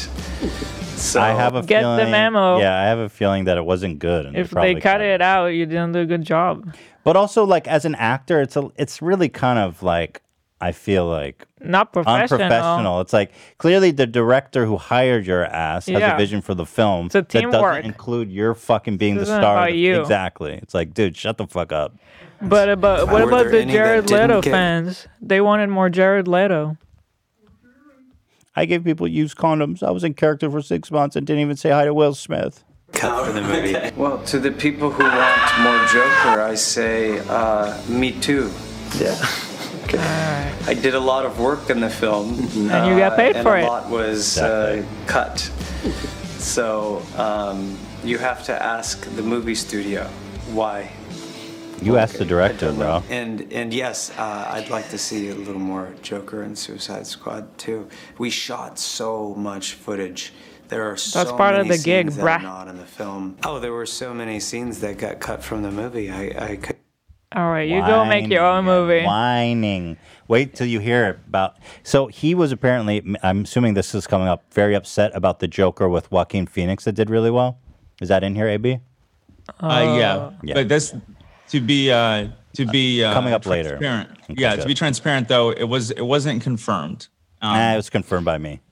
Speaker 17: So
Speaker 3: I have a
Speaker 2: Get the
Speaker 3: feeling,
Speaker 2: memo.
Speaker 3: Yeah, I have a feeling that it wasn't good. And
Speaker 2: If
Speaker 3: probably
Speaker 2: they cut it out, you didn't do a good job.
Speaker 3: But also, like as an actor, it's a, it's really kind of like I feel like
Speaker 2: Not professional.
Speaker 3: unprofessional. It's like clearly the director who hired your ass has
Speaker 2: Yeah.
Speaker 3: a vision for the film
Speaker 2: It's a
Speaker 3: that
Speaker 2: teamwork.
Speaker 3: doesn't include your fucking being
Speaker 2: This
Speaker 3: the
Speaker 2: isn't
Speaker 3: star. of
Speaker 2: about
Speaker 3: the-
Speaker 2: you.
Speaker 3: Exactly. It's like, dude, shut the fuck up.
Speaker 2: But about what
Speaker 3: Were
Speaker 2: about
Speaker 3: there
Speaker 2: the
Speaker 3: any that
Speaker 2: Jared
Speaker 3: didn't
Speaker 2: Leto
Speaker 3: get-
Speaker 2: fans? They wanted more Jared Leto.
Speaker 3: I gave people used condoms. I was in character for six months and didn't even say hi to Will Smith.
Speaker 17: cut from the movie. Well, to the people who want more Joker, I say, uh, me too. Yeah. I did a lot of work in the film,
Speaker 16: Mm-hmm.
Speaker 17: uh,
Speaker 2: And you got paid
Speaker 17: and
Speaker 2: for
Speaker 17: a
Speaker 2: it.
Speaker 17: lot was uh, cut. So um, you have to ask the movie studio why.
Speaker 3: You asked the director, bro.
Speaker 17: And and yes, uh, I'd like to see a little more Joker and Suicide Squad too. We shot so much footage. There are so
Speaker 2: That's part of
Speaker 17: many
Speaker 2: the gig,
Speaker 17: scenes that are
Speaker 2: bruh.
Speaker 17: not in the film. Oh, there were so many scenes that got cut from the movie. I, I could.
Speaker 2: All right, you go make your own movie.
Speaker 3: Whining. Wait till you hear about. So he was apparently, I'm assuming this is coming up, very upset about the Joker with Joaquin Phoenix that did really well. Is that in here, AB?
Speaker 6: Uh, yeah.
Speaker 3: Yeah.
Speaker 6: But that's to be uh, to be uh,
Speaker 3: Coming up later.
Speaker 6: transparent.
Speaker 3: Okay,
Speaker 6: yeah, to
Speaker 3: good.
Speaker 6: be transparent though, it was it wasn't confirmed. Um,
Speaker 3: Nah, it was confirmed by me.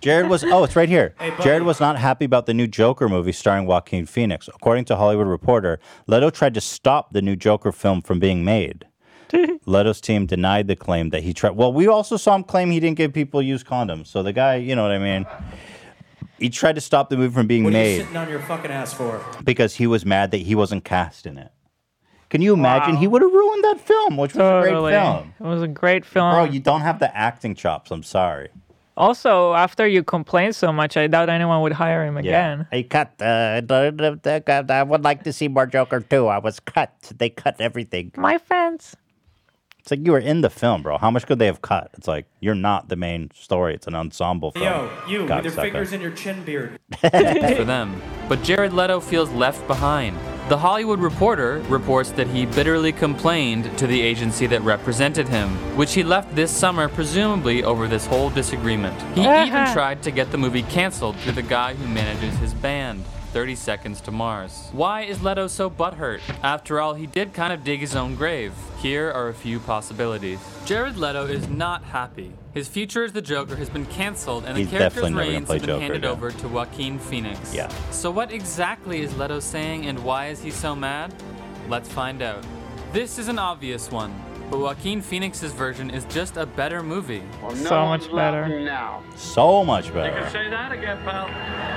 Speaker 3: Jared was oh, it's right here. Jared was not happy about the new Joker movie starring Joaquin Phoenix. According to Hollywood Reporter, Leto tried to stop the new Joker film from being made. Leto's team denied the claim that he tried. Well, we also saw him claim he didn't give people used condoms. So the guy, you know what I mean. He tried to stop the movie from being
Speaker 19: What are you
Speaker 3: made
Speaker 19: sitting on your fucking ass for?
Speaker 3: because he was mad that he wasn't cast in it. Can you imagine? He would have ruined that film, which was
Speaker 2: Totally.
Speaker 3: a great film.
Speaker 2: It was a great film.
Speaker 3: Bro, you don't have the acting chops. I'm sorry.
Speaker 2: Also, after you complain so much, I doubt anyone would hire him again.
Speaker 3: I cut. Uh, I would like to see more Joker too. I was cut. They cut everything.
Speaker 2: My friends.
Speaker 3: It's like you were in the film, bro. How much could they have cut? It's like you're not the main story. It's an ensemble film.
Speaker 19: Yo, you with your
Speaker 3: Cocksucker.
Speaker 19: fingers in your chin beard.
Speaker 20: for them. But Jared Leto feels left behind. The Hollywood Reporter reports that he bitterly complained to the agency that represented him, which he left this summer, presumably over this whole disagreement. He even tried to get the movie canceled through the guy who manages his band. 30 Seconds to Mars. Why is Leto so butthurt? After all, he did kind of dig his own grave. Here are a few possibilities. Jared Leto is not happy. His future as the Joker has been canceled, and
Speaker 3: He's
Speaker 20: the character's
Speaker 3: definitely never gonna
Speaker 20: reins
Speaker 3: play
Speaker 20: have been
Speaker 3: Joker
Speaker 20: handed
Speaker 3: again.
Speaker 20: over over to Joaquin Phoenix.
Speaker 3: Yeah.
Speaker 20: So what exactly is Leto saying and why is he so mad? Let's find out. This is an obvious one, but Joaquin Phoenix's version is just a better movie.
Speaker 2: So much better.
Speaker 3: So much better.
Speaker 20: say that again, pal.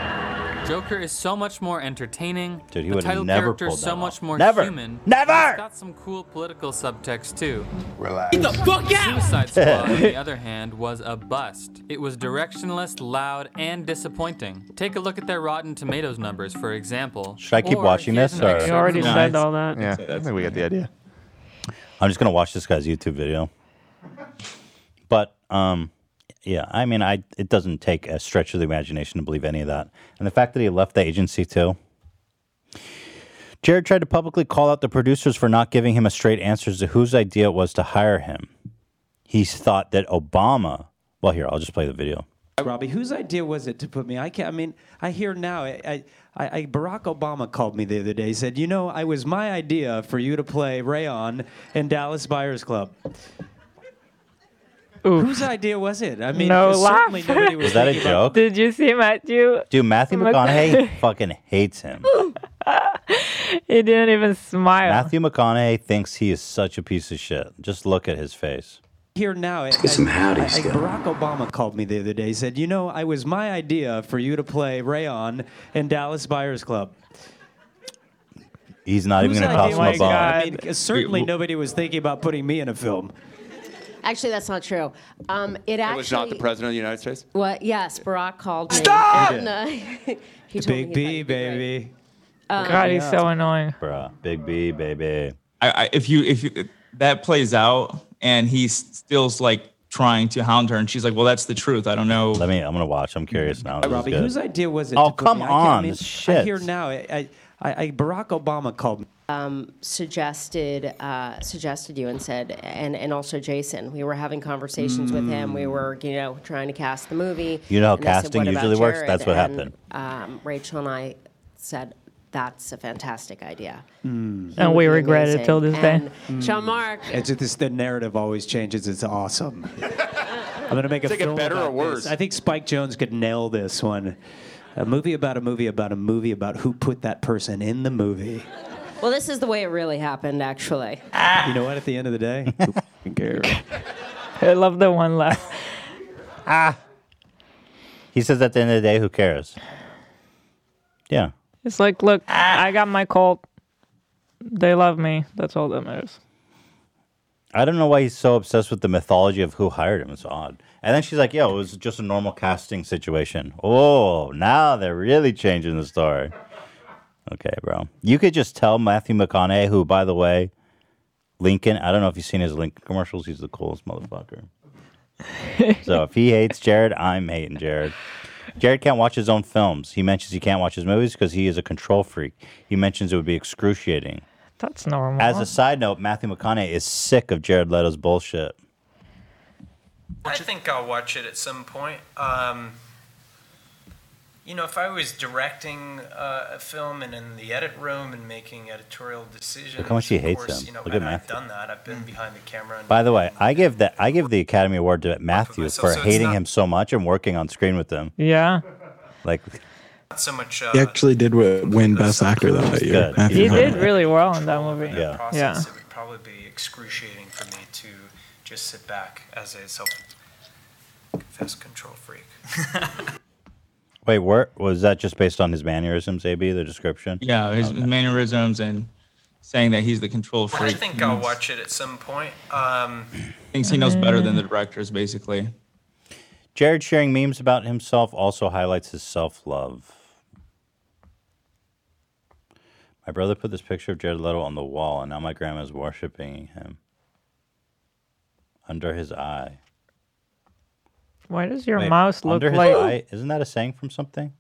Speaker 20: Joker is so much more entertaining.
Speaker 3: Dude, he
Speaker 20: the
Speaker 3: would've
Speaker 20: title
Speaker 3: never
Speaker 20: character is
Speaker 3: pulled that
Speaker 20: so
Speaker 3: off.
Speaker 20: much more
Speaker 3: Never.
Speaker 20: human.
Speaker 3: Never.
Speaker 20: It's got some cool political subtext too. Relax.
Speaker 3: Get the fuck out!
Speaker 20: Suicide Squad, on the other hand, was a bust. It was directionless, loud, and disappointing. Take a look at their Rotten Tomatoes numbers, for example.
Speaker 3: Should I keep
Speaker 20: Or
Speaker 3: watching
Speaker 20: here's
Speaker 3: this?
Speaker 20: an
Speaker 3: Or
Speaker 20: excerpt from the-
Speaker 2: that.
Speaker 1: Yeah, I think we got the idea.
Speaker 3: I'm just gonna watch this guy's YouTube video. But um, yeah, I mean, I it doesn't take a stretch of the imagination to believe any of that, and the fact that he left the agency too. Jared tried to publicly call out the producers for not giving him a straight answer as to whose idea it was to hire him. He thought that Obama. Well, here I'll just play the video.
Speaker 19: Robbie, whose idea was it to put me? I can not I mean, I hear now. I, I, I, Barack Obama called me the other day. Said, you know, I was my idea for you to play Rayon in Dallas Buyers Club. Whose idea was it? I mean,
Speaker 2: no laugh.
Speaker 19: certainly nobody was.
Speaker 3: Was that a
Speaker 19: thinking about-
Speaker 3: joke?
Speaker 2: Did you see Matthew?
Speaker 3: Dude,
Speaker 21: Oh
Speaker 3: Matthew
Speaker 2: Mc-
Speaker 3: McConaughey fucking hates him.
Speaker 2: he didn't even smile.
Speaker 3: Matthew McConaughey thinks he is such a piece of shit. Just look at his face.
Speaker 19: Here now, I,
Speaker 3: get some
Speaker 19: I-
Speaker 3: howdies
Speaker 19: I-
Speaker 3: going.
Speaker 19: Barack Obama called me the other day. Said, you know, I was my idea for you to play Rayon in Dallas Buyers Club.
Speaker 3: He's not even
Speaker 19: Whose
Speaker 3: going to toss
Speaker 19: idea
Speaker 3: him
Speaker 21: Oh
Speaker 3: a
Speaker 19: was it?
Speaker 3: bone.
Speaker 19: I mean, certainly nobody was thinking about putting me in a film.
Speaker 21: Actually, that's not true. Um, it
Speaker 22: It
Speaker 21: actually.
Speaker 22: was not the president of the United States.
Speaker 21: What? Yes, Barack called me.
Speaker 22: Stop!
Speaker 21: And, uh, he told
Speaker 19: Big
Speaker 21: me.
Speaker 19: B, baby.
Speaker 21: Um,
Speaker 2: God, he's so annoying.
Speaker 3: Bruh, Big B, baby.
Speaker 6: I, I, if you if you, that plays out and he's still like trying to hound her and she's like, well, that's the truth. I don't know. Let
Speaker 3: me. I'm gonna watch. I'm curious now.
Speaker 19: Robbie, whose idea was it?
Speaker 6: Oh,
Speaker 19: to put
Speaker 6: come
Speaker 19: me? I can't- I
Speaker 6: on,
Speaker 19: mean,
Speaker 6: shit.
Speaker 19: I hear now. I, I, I, Barack Obama called me.
Speaker 21: um, suggested uh, suggested you and said, and and also Jason. We were having conversations with him. We were, you know, trying to cast the movie.
Speaker 3: You know how
Speaker 21: And I said,
Speaker 3: casting
Speaker 21: "What about
Speaker 3: usually works?
Speaker 21: Jared?"
Speaker 3: That's what
Speaker 21: And, Um, Rachel and I said, "That's a fantastic idea." Mm. He
Speaker 2: And
Speaker 21: would
Speaker 2: we
Speaker 21: be
Speaker 2: regret it till this day.
Speaker 21: amazing. Mm. And Sean Mark,
Speaker 19: It's just, this, the narrative always changes. It's awesome. I'm gonna make a
Speaker 6: Take it
Speaker 19: film
Speaker 6: better or
Speaker 19: about this.
Speaker 6: worse.
Speaker 19: I think Spike Jones could nail this one. A movie about a movie about a movie about who put that person in the movie.
Speaker 21: well, this is the way it really happened, actually.
Speaker 19: You know what? At the end of the day, who cares?
Speaker 2: I love the one laugh.
Speaker 3: ah. He says at the end of the day, who cares? Yeah.
Speaker 2: It's like, look,
Speaker 3: Ah.
Speaker 2: I got my cult. They love me. That's all that matters.
Speaker 3: I don't know why he's so obsessed with the mythology of who hired him. It's odd. And then she's like, yo, it was just a normal casting situation. Oh, now they're really changing the story. Okay, bro. You could just tell Matthew McConaughey, who, by the way, Lincoln, I don't know if you've seen his Lincoln commercials. He's the coolest motherfucker. so if he hates Jared, I'm hating Jared. Jared can't watch his own films. He mentions he can't watch his movies because he is a control freak. He mentions it would be excruciating.
Speaker 2: That's normal.
Speaker 3: As a side note, Matthew McConaughey is sick of Jared Leto's bullshit.
Speaker 5: I think I'll watch it at some point. Um, you know, if I was directing uh, a film and in the edit room and making editorial decisions,
Speaker 3: much he
Speaker 5: of
Speaker 3: hates
Speaker 5: course,
Speaker 3: him.
Speaker 5: You know,
Speaker 3: Look at
Speaker 5: and I've
Speaker 3: Matthew.
Speaker 5: done that. I've
Speaker 2: Mm.
Speaker 5: been behind the camera. And
Speaker 3: By the way, I give the I give the Academy Award to Matthew
Speaker 5: myself,
Speaker 3: for
Speaker 5: so it's
Speaker 3: hating
Speaker 5: not-
Speaker 3: him so much and working on screen with him.
Speaker 2: Yeah.
Speaker 3: Like
Speaker 5: not so much. Uh,
Speaker 16: He actually did wi- win Best Actor though that year.
Speaker 3: Good.
Speaker 16: Matthew
Speaker 2: He did
Speaker 16: McConaughey.
Speaker 2: really well in that movie.
Speaker 5: that
Speaker 2: Yeah.
Speaker 5: Process, It would probably be excruciating for me to just sit back as a self-confessed control freak.
Speaker 3: Wait, where was that just based on his mannerisms, AB, the description? Um,
Speaker 6: Yeah, his mannerisms and saying that he's the control
Speaker 5: Well, I
Speaker 6: freak.
Speaker 5: think I'll watch it at some point. Um,
Speaker 6: Thinks he knows better than the directors, basically.
Speaker 3: Jared sharing memes about himself also highlights his self love. My brother put this picture of Jared Leto on the wall, and now my grandma's worshiping him under his eye.
Speaker 2: Why does your
Speaker 3: Wait,
Speaker 2: mouse look
Speaker 3: under his
Speaker 2: like
Speaker 3: eye? Isn't that a saying from something?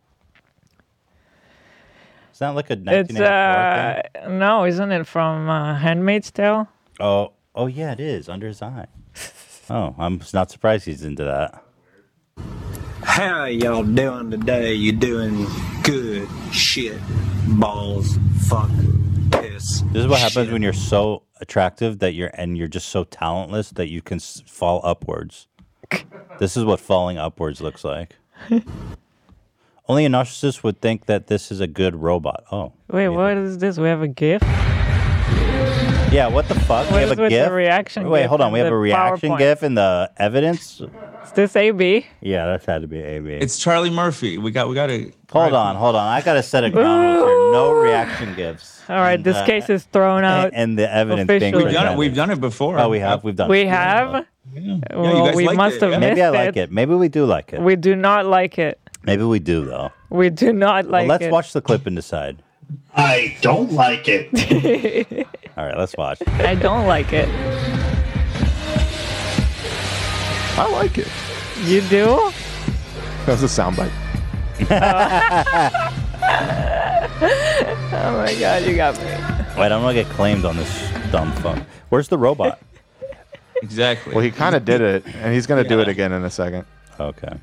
Speaker 3: Is that like a
Speaker 2: it's
Speaker 3: 1984
Speaker 2: uh
Speaker 3: thing?
Speaker 2: no, isn't it from uh, Handmaid's Tale?
Speaker 3: Oh, oh yeah, it is under his eye. Oh, I'm s- not surprised he's into that.
Speaker 22: How y'all doing today? You doing good? Shit, balls, fuck, piss.
Speaker 3: This is what happens when you're so attractive that you're and you're just so talentless that you can s- fall upwards. this is what falling upwards looks like. Only a narcissist would think that this is a good robot. Oh,
Speaker 2: Wait, what is this? We have a GIF.
Speaker 3: yeah. What the fuck?
Speaker 2: What
Speaker 3: we
Speaker 2: is
Speaker 3: have a
Speaker 2: with the
Speaker 3: gif.
Speaker 2: reaction
Speaker 3: Wait,
Speaker 2: gif
Speaker 3: hold on. We
Speaker 2: and
Speaker 3: have a
Speaker 2: the
Speaker 3: reaction
Speaker 2: PowerPoint?
Speaker 3: gif in the evidence.
Speaker 2: Is this AB?
Speaker 3: Yeah, that's had to be AB.
Speaker 6: It's Charlie Murphy. We got we got to
Speaker 3: Hold on, hold on. I gotta set a ground rule here. No reaction gifts.
Speaker 2: All right, this
Speaker 3: Uh,
Speaker 2: case is thrown out.
Speaker 3: and the evidence being
Speaker 2: officially. We've
Speaker 6: done it.
Speaker 3: presented.
Speaker 6: We've done it before.
Speaker 3: Oh, we have. We've done.
Speaker 2: we
Speaker 3: it.
Speaker 2: have.
Speaker 6: Yeah, you
Speaker 2: Well,
Speaker 6: guys
Speaker 2: we
Speaker 6: liked
Speaker 2: must
Speaker 6: it,
Speaker 2: have
Speaker 6: yeah.
Speaker 2: missed
Speaker 3: Maybe I like it. Maybe we do like it.
Speaker 2: We do not like it.
Speaker 3: Maybe we do though.
Speaker 2: We do not
Speaker 3: Well,
Speaker 2: like
Speaker 3: let's
Speaker 2: it.
Speaker 3: watch the clip and decide.
Speaker 7: I don't like it.
Speaker 3: All right, let's watch.
Speaker 2: I don't like it.
Speaker 1: I like it.
Speaker 2: You do?
Speaker 1: That's a soundbite.
Speaker 2: Oh my god, you got me.
Speaker 3: Wait, I'm gonna get claimed on this dumb phone. Where's the robot?
Speaker 6: Exactly.
Speaker 1: Well, he kind of did it, and he's gonna do it again in a second.
Speaker 3: Okay.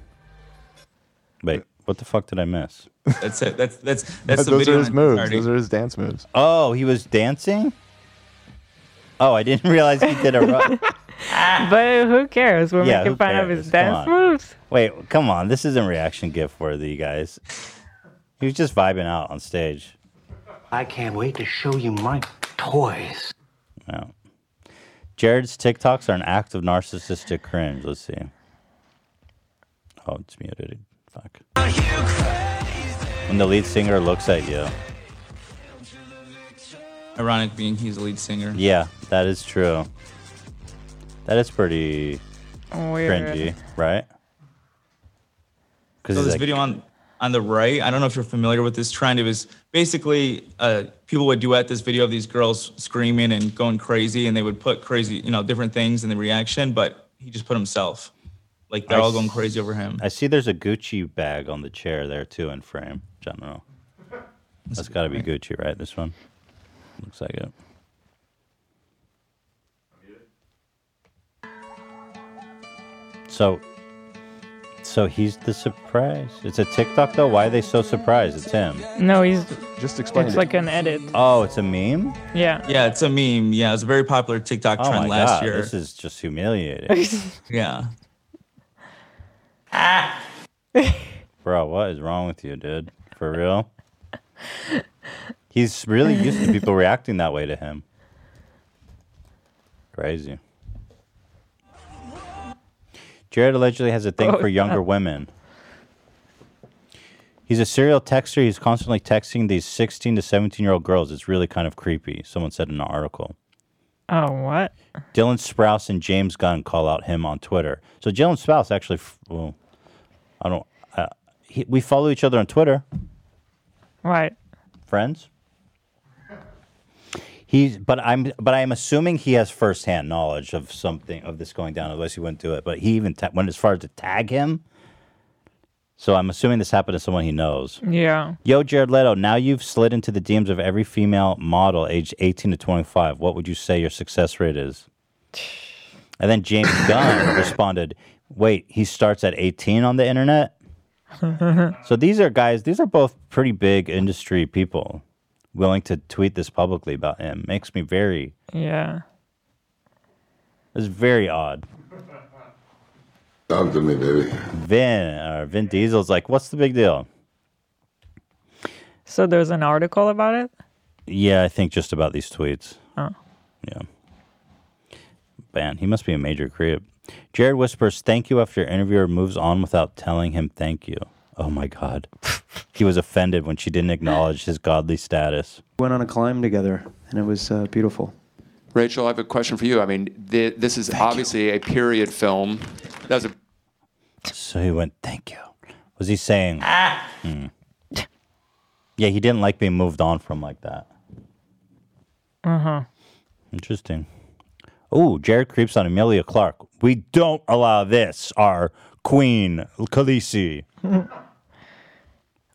Speaker 3: Wait, what the fuck did I miss?
Speaker 6: That's it. That's that's that's the
Speaker 1: Those
Speaker 6: video
Speaker 1: are his
Speaker 6: in
Speaker 1: moves.
Speaker 6: entirety.
Speaker 1: Those are his dance moves.
Speaker 3: Oh, he was dancing. Oh, I didn't realize he did a. Ro-
Speaker 2: But who cares? We're
Speaker 3: Yeah,
Speaker 2: making
Speaker 3: who
Speaker 2: fun of his
Speaker 3: cares? Come
Speaker 2: dance
Speaker 3: on.
Speaker 2: moves.
Speaker 3: Wait, come on. This isn't reaction gift worthy, you guys. He was just vibing out on stage.
Speaker 22: I can't wait to show you my toys.
Speaker 3: Wow. Jared's TikToks are an act of narcissistic cringe. Let's see. Oh, it's muted. Fuck. When the lead singer looks at you.
Speaker 6: Ironic being he's the lead singer.
Speaker 3: Yeah, that is true. That is pretty
Speaker 2: Weird.
Speaker 3: cringy, right? Because
Speaker 6: So
Speaker 3: he's
Speaker 6: this
Speaker 3: like,
Speaker 6: video on on the right, I don't know if you're familiar with this trend. It was basically uh, people would duet this video of these girls screaming and going crazy, and they would put crazy, you know, different things in the reaction. But he just put himself, like they're
Speaker 3: I
Speaker 6: all going
Speaker 3: s-
Speaker 6: crazy over him.
Speaker 3: I see there's a Gucci bag on the chair there too in frame. General. That's got to be Gucci, right? This one. Looks like it. So, so he's the surprise. It's a TikTok though. Why are they so surprised? It's him.
Speaker 2: No, he's
Speaker 1: just
Speaker 2: explain It's it. like an edit.
Speaker 3: Oh, it's a meme.
Speaker 2: Yeah.
Speaker 6: Yeah, it's a meme. Yeah, it's a very popular TikTok
Speaker 3: Oh my
Speaker 6: trend last
Speaker 3: God,
Speaker 6: year.
Speaker 3: this is just humiliating.
Speaker 6: yeah.
Speaker 3: Bro, what is wrong with you, dude? For real? He's really used to people reacting that way to him. Crazy. Jared allegedly has a thing
Speaker 8: Oh,
Speaker 3: for younger
Speaker 8: yeah.
Speaker 3: women. He's a serial texter. He's constantly texting these 16 to 17 year old girls. It's really kind of creepy, someone said in an article.
Speaker 2: Oh, what?
Speaker 3: Dylan Sprouse and James Gunn call out him on Twitter. So Dylan Sprouse actually, f- well, I don't. Uh, he, we follow each other on Twitter,
Speaker 2: Right.
Speaker 3: friends. He's, but I'm, but I am assuming he has firsthand knowledge of something of this going down. Otherwise, he wouldn't do it. But he even ta- went as far as to tag him. So I'm assuming this happened to someone he knows.
Speaker 2: Yeah.
Speaker 3: Yo, Jared Leto, now you've slid into the DMs of every female model aged 18 to 25. What would you say your success rate is? And then James Gunn responded, Wait, he starts at 18 on the internet? So these are guys, these are both pretty big industry people willing to tweet this publicly about him. Makes me very,
Speaker 2: Yeah.
Speaker 3: it's very odd.
Speaker 18: Talk to me, baby.
Speaker 3: Vin, or Vin Diesel's like, What's the big deal?
Speaker 2: So there's an article about it?
Speaker 3: Yeah, I think just about these tweets.
Speaker 2: Oh.
Speaker 3: Yeah. Man, he must be a major creep. Jared whispers thank you after interviewer moves on without telling him thank you. Oh my God. he was offended when she didn't acknowledge his godly status.
Speaker 19: Went on a climb together, and it was uh, beautiful.
Speaker 9: Rachel, I have a question for you. I mean, th- this is obviously a period film. That was a
Speaker 3: So he went, thank you. Was he saying? Hmm. Yeah, he didn't like being moved on from like that.
Speaker 2: Uh huh.
Speaker 3: Interesting. Oh, Jared creeps on Amelia Clark. We don't allow this, our queen, Khaleesi.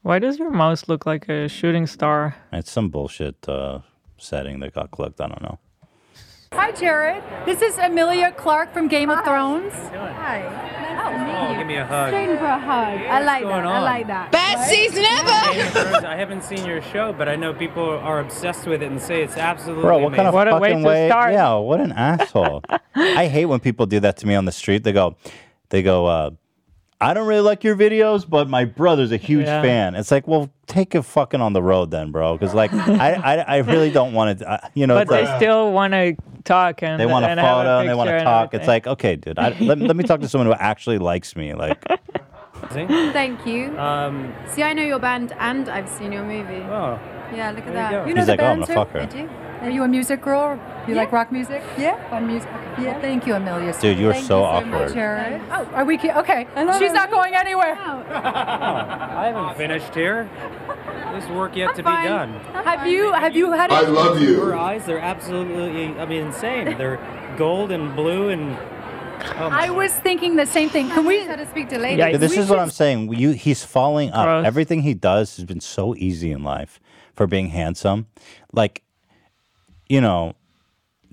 Speaker 2: Why does your mouse look like a shooting star?
Speaker 3: It's some bullshit uh, setting that got clicked. I don't know.
Speaker 23: Hi, Jared. This is Amelia Clark from Game of Thrones. Hi.
Speaker 13: Oh, give me a hug.
Speaker 23: Straight in for a hug. I like
Speaker 13: What's going
Speaker 23: that. I
Speaker 13: on?
Speaker 23: like that.
Speaker 13: Best
Speaker 23: season
Speaker 13: Game of Thrones, I haven't seen your show, but I know people are obsessed with it and say it's absolutely
Speaker 3: Bro, what kind of
Speaker 13: amazing.
Speaker 3: fucking way? Yeah, what an asshole. I hate when people do that to me on the street. They go, they go. Uh, I don't really like your videos, but my brother's a huge
Speaker 8: Yeah.
Speaker 3: fan. It's like, well, take it fucking on the road then, bro. Because like, I, I, I really don't want to. You know,
Speaker 2: but
Speaker 3: it's
Speaker 2: they
Speaker 3: like-
Speaker 2: still want to talk and
Speaker 3: they want a
Speaker 2: and have
Speaker 3: photo and they want
Speaker 2: picture
Speaker 3: to
Speaker 2: and
Speaker 3: talk. It's
Speaker 2: everything.
Speaker 3: like, okay, dude, I, let, let me talk to someone who actually likes me. Like,
Speaker 23: Thank you.
Speaker 13: Um,
Speaker 23: See, I know your band and I've seen your movie.
Speaker 13: Oh.
Speaker 23: Yeah, look
Speaker 13: There
Speaker 23: at
Speaker 13: you
Speaker 23: that.
Speaker 13: go.
Speaker 23: You know
Speaker 3: He's
Speaker 23: the
Speaker 3: like, oh, I'm
Speaker 23: band
Speaker 3: gonna
Speaker 23: too?
Speaker 3: fuck her.
Speaker 23: I do. Are you a music girl? You like rock music? Yeah. Fun music. Yeah. thank you, Amelia.
Speaker 3: Dude, you are
Speaker 23: Thank
Speaker 3: so
Speaker 23: you so much,
Speaker 3: awkward.
Speaker 23: Jared. Oh, are we ki- okay? She's not going anywhere.
Speaker 13: I haven't finished here. There's work yet to be done.
Speaker 23: Have you? Have you had?
Speaker 18: I love you.
Speaker 13: Her eyes, they're absolutely, I mean, insane. They're gold and blue and. Oh my
Speaker 23: I was thinking the same thing. Can we? How to speak to ladies.
Speaker 3: Dude, this
Speaker 23: We
Speaker 3: is what
Speaker 23: should
Speaker 3: I'm saying. You, he's falling up.
Speaker 23: Gross.
Speaker 3: Everything he does has been so easy in life for being handsome. Like, you know,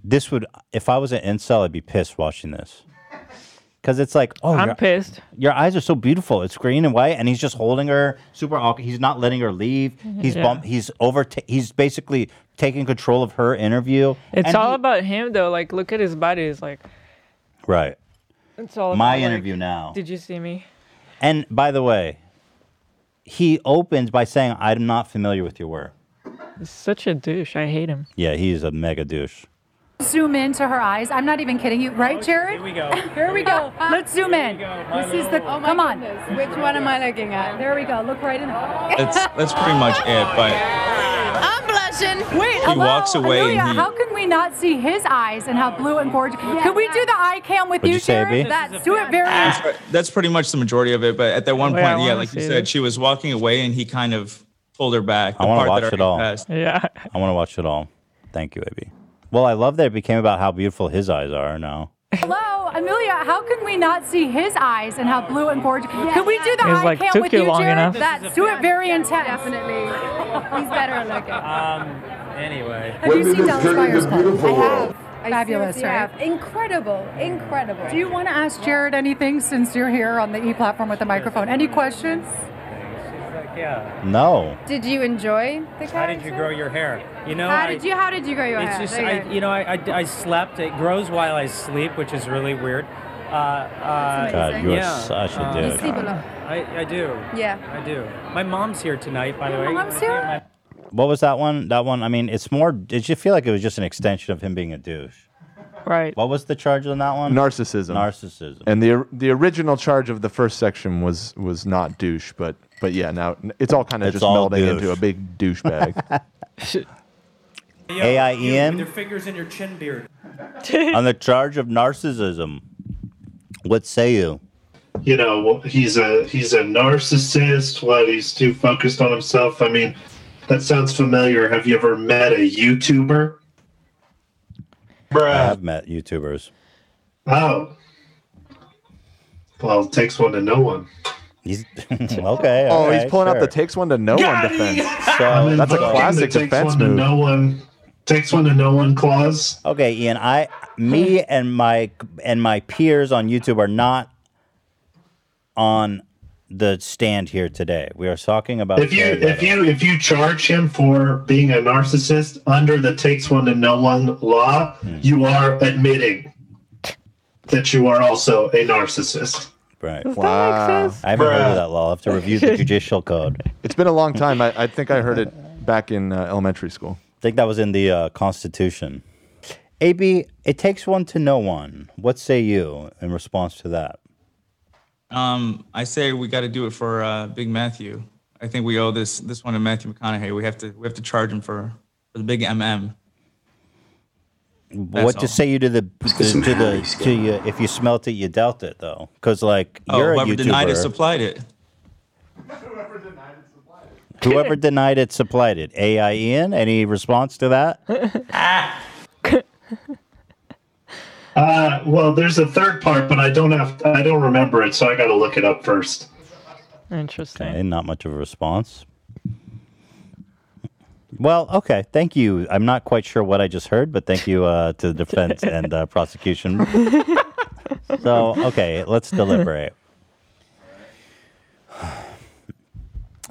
Speaker 3: this would if I was an incel, I'd be pissed watching this. Cause it's like, oh,
Speaker 2: I'm
Speaker 3: your-
Speaker 2: pissed.
Speaker 3: Your eyes are so beautiful. It's green and white, and he's just holding her super awkward. He's not letting her leave. He's
Speaker 2: Mm-hmm. Yeah.
Speaker 3: bump. He's over. he's basically taking control of her interview.
Speaker 2: It's
Speaker 3: and
Speaker 2: all
Speaker 3: he-
Speaker 2: about him though. Like, look at his body. It's like
Speaker 3: right.
Speaker 2: it's all
Speaker 3: My
Speaker 2: about, like,
Speaker 3: interview now.
Speaker 2: Did you see me?
Speaker 3: And by the way, he opens by saying, "I'm not familiar with your work."
Speaker 2: He's such a douche. I hate him.
Speaker 3: Yeah, he's a mega douche.
Speaker 23: Zoom into her eyes. I'm not even kidding you, right, Jared? Oh, Here we go. Here we go. Let's zoom in. This is the.
Speaker 24: Oh my
Speaker 23: come on.
Speaker 24: goodness. Which one am I looking at?
Speaker 23: There we go. Look right in.
Speaker 6: That's that's pretty much it. But
Speaker 23: I'm blushing. Wait,
Speaker 6: He
Speaker 23: hello.
Speaker 6: walks away and
Speaker 23: Amelia,
Speaker 6: he-
Speaker 23: how can we not see his eyes and how blue and gorgeous? Can we do the eye cam with
Speaker 6: What'd you say, B?
Speaker 23: Jared? That's do it very.
Speaker 6: that's, that's pretty much the majority of it. But at that one
Speaker 23: Wait, I
Speaker 6: point, yeah,
Speaker 23: wanna
Speaker 6: like you
Speaker 23: see
Speaker 6: said,
Speaker 23: this.
Speaker 6: she was walking away, and he kind of pulled her back. The
Speaker 3: I want to
Speaker 6: part that
Speaker 3: watch it
Speaker 6: already
Speaker 3: all.
Speaker 6: passed.
Speaker 2: Yeah.
Speaker 3: I want to watch it all. Thank you, AB. Well, I love that it became about how beautiful his eyes are now.
Speaker 23: Hello, Amelia. How can we not see his eyes and how blue and gorgeous? Can we do the
Speaker 2: It's
Speaker 23: eye
Speaker 2: like,
Speaker 23: cam
Speaker 2: took
Speaker 23: with
Speaker 2: you
Speaker 23: you,
Speaker 2: long
Speaker 23: Jared?
Speaker 2: enough.
Speaker 23: That's do it very intense. Definitely. He's better looking.
Speaker 13: Um,
Speaker 22: Anyway.
Speaker 24: Have you
Speaker 22: Women
Speaker 24: seen
Speaker 22: is
Speaker 24: Dallas
Speaker 22: turning
Speaker 24: Buyers
Speaker 22: the
Speaker 24: Club?
Speaker 22: beautiful world.
Speaker 24: I
Speaker 23: Fabulous,
Speaker 24: seriously
Speaker 23: right?
Speaker 24: have. Incredible, incredible.
Speaker 23: Do you want to ask Jared anything since you're here on the e platform with the microphone? Any questions?
Speaker 22: Yeah.
Speaker 3: No.
Speaker 24: Did you enjoy the
Speaker 22: How did you grow your hair? You know,
Speaker 24: how
Speaker 22: I-
Speaker 24: did you how did you grow your
Speaker 22: it's
Speaker 24: hair?
Speaker 22: just
Speaker 24: There you
Speaker 22: I,
Speaker 24: go.
Speaker 22: you know I, I, I slept. It grows while I sleep, which is really weird. Uh, uh,
Speaker 3: That's amazing. God, you are
Speaker 22: yeah,
Speaker 3: such a
Speaker 22: uh,
Speaker 3: dude. You sleep
Speaker 22: I-
Speaker 24: a lot.
Speaker 22: I, I do.
Speaker 24: Yeah.
Speaker 22: I do. My mom's here tonight, by the way.
Speaker 24: Your mom's here?
Speaker 22: My-
Speaker 3: What was that one? That one. I mean, it's more. Did you feel like it was just an extension of him being a douche?
Speaker 2: Right.
Speaker 3: What was the charge on that one?
Speaker 1: Narcissism.
Speaker 3: Narcissism.
Speaker 1: And the the original charge of the first section was was not douche, but but yeah, now it's all kind of
Speaker 3: It's
Speaker 1: just
Speaker 3: all
Speaker 1: melding
Speaker 3: douche.
Speaker 1: into a big douchebag.
Speaker 3: AI Ian?
Speaker 13: Their fingers in your chin beard.
Speaker 3: E on the charge of narcissism. What say you?
Speaker 7: you know he's a he's a narcissist what he's too focused on himself i mean that sounds familiar have you ever met a youtuber
Speaker 3: I have met YouTubers.
Speaker 7: oh well it takes one to know one
Speaker 3: He's okay.
Speaker 1: oh,
Speaker 3: all
Speaker 1: he's
Speaker 3: right,
Speaker 1: pulling out
Speaker 3: sure.
Speaker 1: the takes one to no one
Speaker 7: Got it!
Speaker 1: defense.
Speaker 3: So-
Speaker 1: that's a
Speaker 3: Invoking the
Speaker 1: classic
Speaker 7: takes
Speaker 1: defense
Speaker 7: one to
Speaker 1: move.
Speaker 7: no one takes one to no one clause
Speaker 3: Okay, Ian. I, me, and my and my peers on YouTube are not on the stand here today. We are talking about.
Speaker 7: if you
Speaker 3: Jared
Speaker 7: if you if you charge him for being a narcissist under the takes one to no one law
Speaker 3: Hmm.
Speaker 7: you are admitting that you are also a narcissist
Speaker 3: Right.
Speaker 7: Does that make Wow. sense?
Speaker 3: I haven't heard
Speaker 7: Bruh.
Speaker 3: of that law. I'll have to review the judicial code.
Speaker 1: It's been a long time. I, I think I heard it back in uh, elementary school.
Speaker 3: I think that was in the uh, Constitution. AB, it takes one to know one. What say you in response to that?
Speaker 6: Um, I say we got to do it for uh, Big Matthew. I think we owe this this one to Matthew McConaughey. We have to we have to charge him for for the big MM. That's
Speaker 3: what
Speaker 6: all.
Speaker 3: to say you to the to,
Speaker 6: get some
Speaker 3: to the
Speaker 6: Harry's
Speaker 3: to you if you smelt it, you dealt it though, because like
Speaker 6: Oh,
Speaker 3: you're a
Speaker 6: whoever
Speaker 3: YouTuber.
Speaker 6: denied it supplied it.
Speaker 3: Whoever denied it supplied it. AI Ian, any response to that?
Speaker 7: Uh, well, there's a third part, but I don't have I don't remember it, so I got to look it up first.
Speaker 2: Interesting.
Speaker 3: Okay, not much of a response. Well, okay. Thank you. I'm not quite sure what I just heard, but thank you uh, to the defense and uh, prosecution. so, okay, let's deliberate.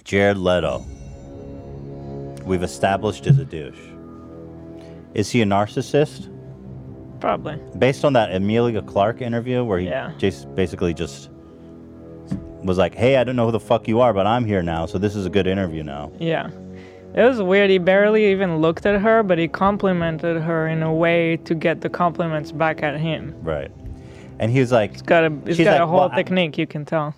Speaker 3: Jared Leto, we've established is a douche. Is he a narcissist?
Speaker 2: Probably.
Speaker 3: Based on that Amelia Clark interview where he
Speaker 2: Yeah.
Speaker 3: just basically just was like, "Hey, I don't know who the fuck you are, but I'm here now, so this is a good interview now."
Speaker 2: Yeah. It was weird. He barely even looked at her, but he complimented her in a way to get the compliments back at him.
Speaker 3: Right. And he was like, "It's
Speaker 2: got a He's got a whole technique, you can tell.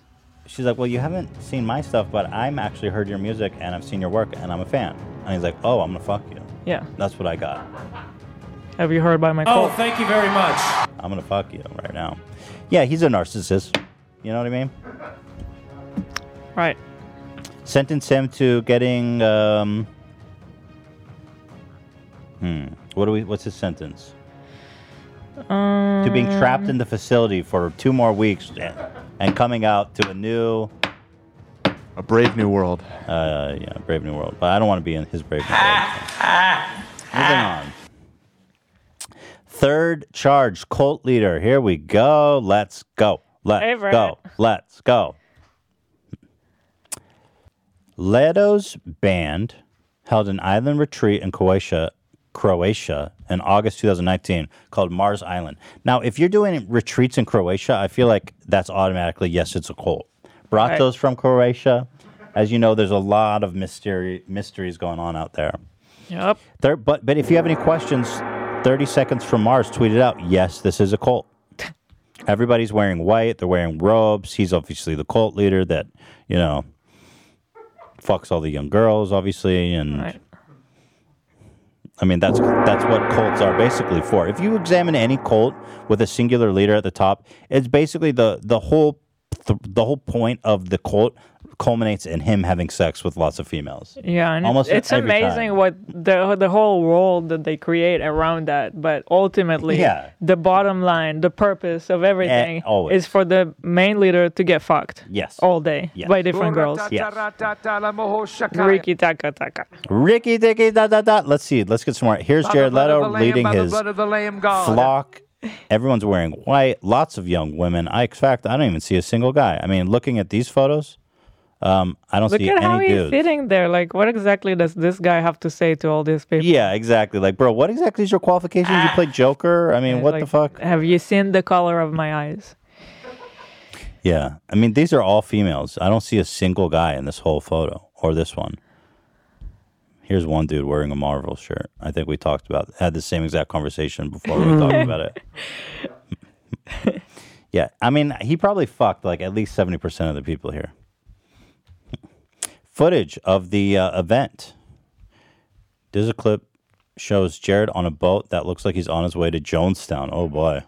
Speaker 3: She's like, "Well, you haven't seen my stuff, but I'm actually heard your music and I've seen your work and I'm a fan." And he's like, "Oh, I'm gonna fuck you."
Speaker 2: Yeah.
Speaker 3: That's what I got.
Speaker 2: Have you heard by my
Speaker 22: Oh,
Speaker 2: call?
Speaker 22: thank you very much.
Speaker 3: I'm gonna fuck you right now. Yeah, he's a narcissist. You know what I mean?
Speaker 2: Right.
Speaker 3: Sentence him to getting. Um, hmm. What do we? What's his sentence?
Speaker 2: Um,
Speaker 3: to being trapped in the facility for two more weeks and, and coming out to a new
Speaker 1: a brave new world
Speaker 3: uh yeah brave new world but i don't want to be in his brave new world Ah. moving on third charge cult leader here we go let's go let's
Speaker 2: Favorite.
Speaker 3: go let's go Leto's band held an island retreat in Croatia, Croatia in August 2019 called Mars Island. Now, if you're doing retreats in Croatia, I feel like that's automatically yes, it's a cult. Brought
Speaker 22: Right.
Speaker 3: those from Croatia. As you know, there's a lot of mystery mysteries going on out there.
Speaker 2: Yep.
Speaker 3: There, but but if you have any questions, 30 seconds from Mars tweeted out, "Yes, this is a cult." Everybody's wearing white. They're wearing robes. He's obviously the cult leader that you know fucks all the young girls, obviously, and I mean that's that's what cults are basically for. If you examine any cult with a singular leader at the top, it's basically the the whole th- the whole point of the cult culminates in him having sex with lots of females.
Speaker 2: Yeah, and
Speaker 3: Almost
Speaker 2: it's, it's
Speaker 3: every time.
Speaker 2: amazing what the the whole world that they create around that. But ultimately,
Speaker 3: Yeah. Eh,
Speaker 2: the bottom line, the purpose of everything,
Speaker 3: always.
Speaker 2: is for the main leader to get fucked.
Speaker 3: Yes.
Speaker 2: all day by different girls.
Speaker 3: Yes.
Speaker 2: Riki taka taka.
Speaker 3: Ricky, Dicky, da, da, da. Let's see. Let's get some more. Here's
Speaker 2: By the
Speaker 3: Jared
Speaker 2: blood of
Speaker 3: Leto
Speaker 2: the Lamb,
Speaker 3: leading
Speaker 2: by the
Speaker 3: his
Speaker 2: blood of the Lamb, God.
Speaker 3: flock. Everyone's wearing white. Lots of young women. I, in fact, I don't even see a single guy. I mean, looking at these photos, um, I don't
Speaker 2: Look
Speaker 3: see
Speaker 2: at how
Speaker 3: any
Speaker 2: he's
Speaker 3: dudes.
Speaker 2: sitting there. Like, what exactly does this guy have to say to all these people?
Speaker 3: Yeah, exactly. Like, bro, what exactly is your qualifications? You play Joker? I mean,
Speaker 2: It's
Speaker 3: what the
Speaker 2: like,
Speaker 3: fuck?
Speaker 2: Have you seen the color of my eyes?
Speaker 3: Yeah. I mean, these are all females. I don't see a single guy in this whole photo or this one. Here's one dude wearing a Marvel shirt. I think we talked about had the same exact conversation before we were talking about it. yeah. I mean, he probably fucked like at least 70% of the people here. Footage of the uh, event. There's a clip shows Jared on a boat that looks like he's on his way to Jonestown. Oh boy.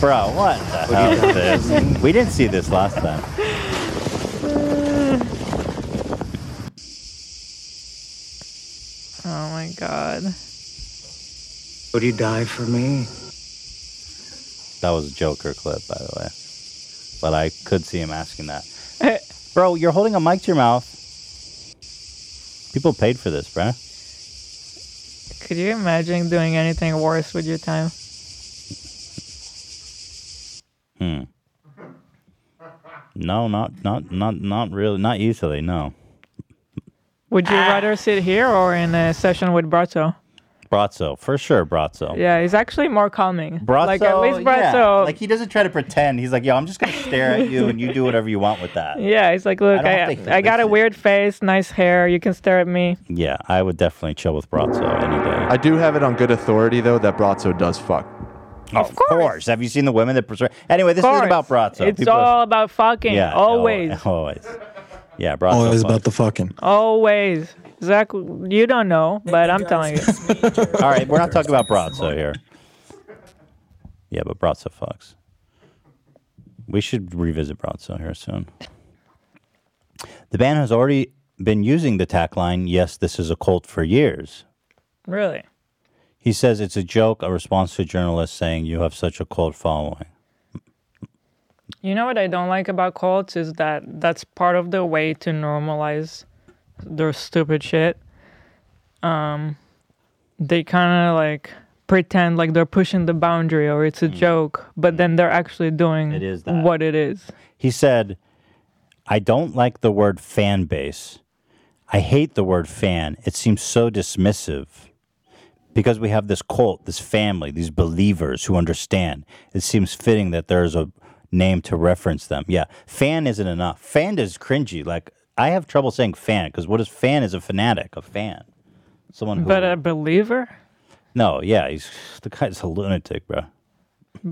Speaker 3: Bro, what the
Speaker 4: What are
Speaker 3: hell
Speaker 4: you
Speaker 3: is
Speaker 4: doing?
Speaker 3: this? We didn't see this last time.
Speaker 2: Oh my god.
Speaker 4: Would you die for me?
Speaker 3: That was a Joker clip, by the way. But I could see him asking that. bro, you're holding a mic to your mouth. People paid for this, bro.
Speaker 2: Could you imagine doing anything worse with your time?
Speaker 3: Hmm. No, not not not not really, not easily. No,
Speaker 2: Would
Speaker 3: Ah.
Speaker 2: you rather sit here or in a session with Brato?
Speaker 3: Brazzo for sure, Brazzo.
Speaker 2: Yeah, it's actually more calming.
Speaker 3: Brazzo,
Speaker 2: like at least
Speaker 3: yeah.
Speaker 2: Brato.
Speaker 3: Like he doesn't try to pretend. He's like, yo, I'm just gonna stare at you and you do whatever you want with that.
Speaker 2: Yeah, it's like, look,
Speaker 3: don't
Speaker 2: I,
Speaker 3: think
Speaker 2: I, got a weird face, nice hair. You can stare at me.
Speaker 3: Yeah, I would definitely chill with Brazzo any day.
Speaker 1: I do have it on good authority though that Brazzo does fuck.
Speaker 3: Of, course. Have you seen the women that preserve? Anyway, this
Speaker 2: Of
Speaker 3: isn't about
Speaker 2: course.
Speaker 3: Brazzo.
Speaker 2: It's
Speaker 3: People-
Speaker 2: all about fucking.
Speaker 3: Yeah,
Speaker 2: always.
Speaker 3: al- Always. Yeah, Brazzo.
Speaker 14: Always
Speaker 3: fucks.
Speaker 14: about the fucking.
Speaker 2: Always. Zach, you don't know, but I'm telling you.
Speaker 3: All right, we're not talking about Brazzo here. Yeah, but Brazzo fucks. We should revisit Brazzo here soon. The band has already been using the tagline, Yes, this is a cult, for years.
Speaker 2: Really?
Speaker 3: He says it's a joke, a response to journalists saying you have such a cult following.
Speaker 2: You know what I don't like about cults is that that's part of the way to normalize their stupid shit. Um, they kind of like pretend like they're pushing the boundary or
Speaker 3: Mm.
Speaker 2: it's a joke, but then they're actually doing it is what it is.
Speaker 3: He said, I don't like the word fan base. I hate the word fan. It seems so dismissive. Because we have this cult, this family, these believers who understand, it seems fitting that there's a name to reference them. Yeah, fan isn't enough. Fan is cringy. Like, I have trouble saying fan because what is fan is a fanatic, a fan. Someone who.
Speaker 2: But a believer?
Speaker 3: no, yeah, he's the guy's a lunatic, bro.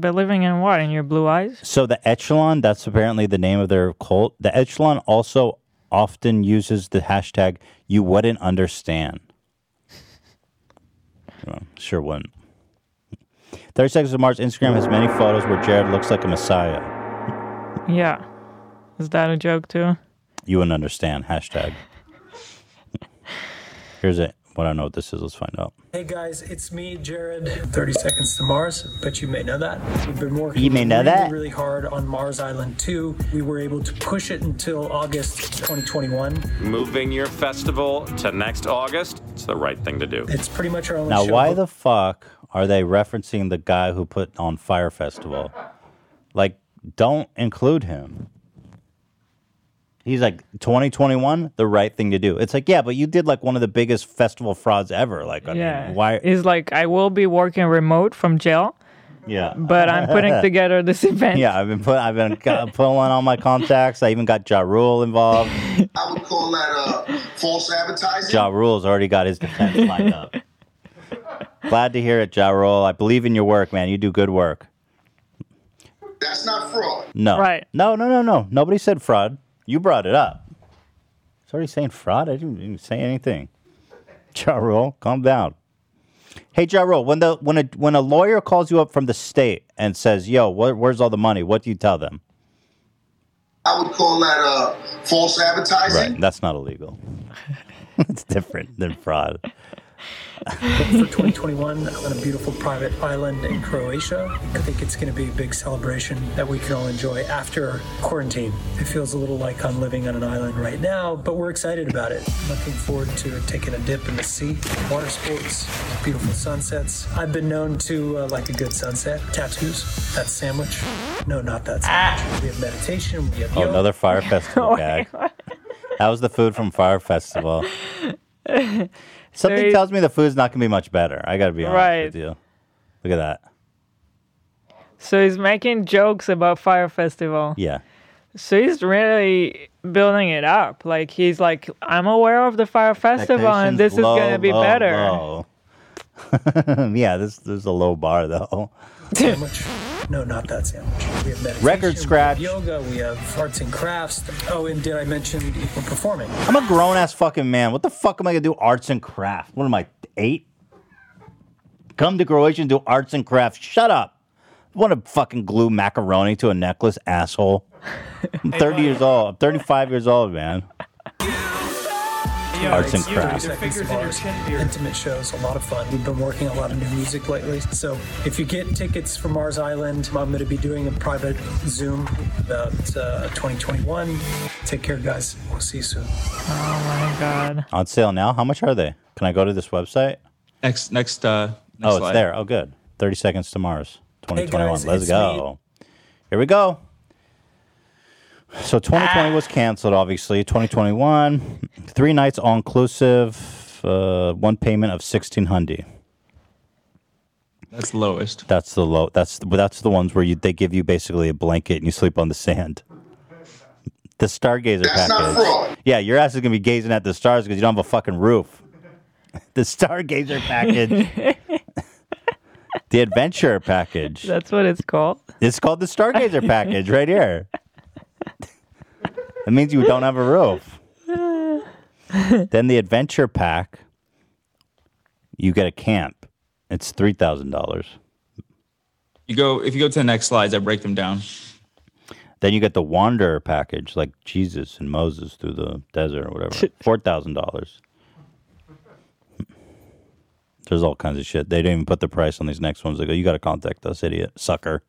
Speaker 2: Believing in what? In your blue eyes?
Speaker 3: So the Echelon, that's apparently the name of their cult. The Echelon also often uses the hashtag you wouldn't understand. Well, sure wouldn't. 30 Seconds of Mars Instagram has many photos where Jared looks like a messiah.
Speaker 2: Yeah. Is that a joke too?
Speaker 3: You wouldn't understand. Hashtag. Here's it. Well, I don't know what this is. Let's find out.
Speaker 17: Hey guys, it's me, Jared. 30 Seconds to Mars, but you may know that. We've been working
Speaker 3: You may know
Speaker 17: really,
Speaker 3: that.
Speaker 17: really hard on Mars Island 2. We were able to push it until August 2021.
Speaker 8: Moving your festival to next August, it's the right thing to do.
Speaker 17: It's pretty much our only
Speaker 3: Now,
Speaker 17: show.
Speaker 3: why the fuck are they referencing the guy who put on Fire Festival? Like, don't include him. He's like 2021, the right thing to do. It's like, yeah, but you did like one of the biggest festival frauds ever. Like, I
Speaker 2: Yeah.
Speaker 3: mean, why?
Speaker 2: It's like I will be working remote from jail,
Speaker 3: Yeah,
Speaker 2: but I'm putting together this event.
Speaker 3: Yeah, I've been put, I've been ca- pulling all my contacts. I even got Ja Rule involved.
Speaker 11: I would call that uh, false advertising.
Speaker 3: Ja Rule's already got his defense lined up. Glad to hear it, Ja Rule. I believe in your work, man. You do good work.
Speaker 11: That's not fraud.
Speaker 3: No.
Speaker 11: Right.
Speaker 3: No, no, no, no. Nobody said fraud. You brought it up. It's already saying fraud. I didn't even say anything. Ja Rule, calm down. Hey, Ja Rule, when, the, when, a, when a lawyer calls you up from the state and says, yo, where, where's all the money? What do you tell them?
Speaker 11: I would call that uh, false advertising.
Speaker 3: Right. That's not illegal. it's different than fraud.
Speaker 12: for 2021 I'm on a beautiful private island in Croatia. I think it's going to be a big celebration that we can all enjoy after quarantine. It feels a little like I'm living on an island right now, but we're excited about it. Looking forward to taking a dip in the sea, water sports, beautiful sunsets. I've been known to uh, like a good sunset. Tattoos, that sandwich. No, not that sandwich. We have meditation. We
Speaker 3: Ah.
Speaker 12: have
Speaker 3: Oh,
Speaker 12: yoga.
Speaker 3: another fire festival gag. That was the food from Fire Festival. Something
Speaker 2: There is-
Speaker 3: tells me the food's not gonna be much better. I gotta be honest
Speaker 2: Right.
Speaker 3: with you. Look at that.
Speaker 2: So he's making jokes about Fire Festival.
Speaker 3: Yeah.
Speaker 2: So he's really building it up. Like he's like, I'm aware of the Fire Festival, and
Speaker 3: Expectations
Speaker 2: this
Speaker 3: low,
Speaker 2: is gonna be
Speaker 3: low,
Speaker 2: better.
Speaker 3: low. yeah, this there's a low bar though.
Speaker 12: sandwich. No, not that sandwich. We have meditation.
Speaker 3: Record scratch.
Speaker 12: We have yoga. We have arts and crafts. Oh, and did I mention equal performing?
Speaker 3: I'm a grown ass fucking man. What the fuck am I gonna do? Arts and craft. What am I eight? Come to Croatia and do arts and craft. Shut up. want to fucking glue macaroni to a necklace, asshole. I'm 30 years old. I'm 35 years old, man. Arts and crafts.
Speaker 12: Intimate shows, a lot of fun. We've been working a lot of new music lately. So if you get tickets for Mars Island, I'm going to be doing a private Zoom about uh, 2021. Take care, guys. We'll see you soon.
Speaker 2: Oh my god.
Speaker 3: On sale now. How much are they? Can I go to this website?
Speaker 6: Next, next, uh, next
Speaker 3: oh, it's
Speaker 6: slide.
Speaker 3: there. Oh, good. 30 seconds to Mars,
Speaker 6: Hey, guys,
Speaker 3: 2021. Let's
Speaker 6: it's
Speaker 3: go. Here we go. So 2020 was canceled, obviously. 2021, three nights all inclusive, uh, one payment of 1600.
Speaker 6: That's lowest.
Speaker 3: That's the low. That's but that's the ones where you they give you basically a blanket and you sleep on the sand. The stargazer
Speaker 11: That's not
Speaker 3: package.
Speaker 11: fraud.
Speaker 3: Yeah, your ass is gonna be gazing at the stars because you don't have a fucking roof. The stargazer package. the adventure package.
Speaker 2: That's what it's called.
Speaker 3: It's called the stargazer package right here. That means you don't have a roof. then the adventure pack, you get a camp. It's three thousand dollars.
Speaker 6: You go if you go to the next slides. I break them down.
Speaker 3: Then you get the wanderer package, like Jesus and Moses through the desert or whatever. Four thousand dollars. There's all kinds of shit. They didn't even put the price on these next ones. They go, you got to contact us, idiot, sucker.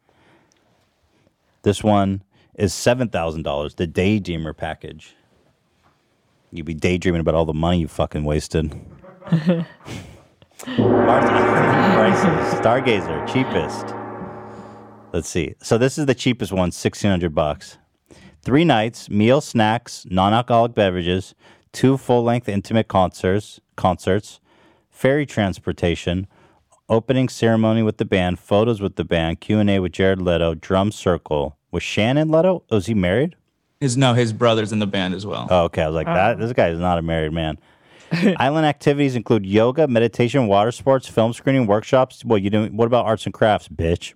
Speaker 3: This one is seven thousand dollars, the daydreamer package. You'd be daydreaming about all the money you fucking wasted. Prices, stargazer, cheapest. Let's see. So this is the cheapest one, sixteen hundred bucks. Three nights, meal, snacks, non-alcoholic beverages, two full-length intimate concerts, concerts, ferry transportation, opening ceremony with the band, photos with the band, Q and A with Jared Leto, drum circle. Was Shannon Leto? Was he married?
Speaker 6: His no, his brother's in the band as well.
Speaker 3: Oh, okay. I was like, that. This guy is not a married man. Island activities include yoga, meditation, water sports, film screening, workshops. Well, you doing? What about arts and crafts, bitch?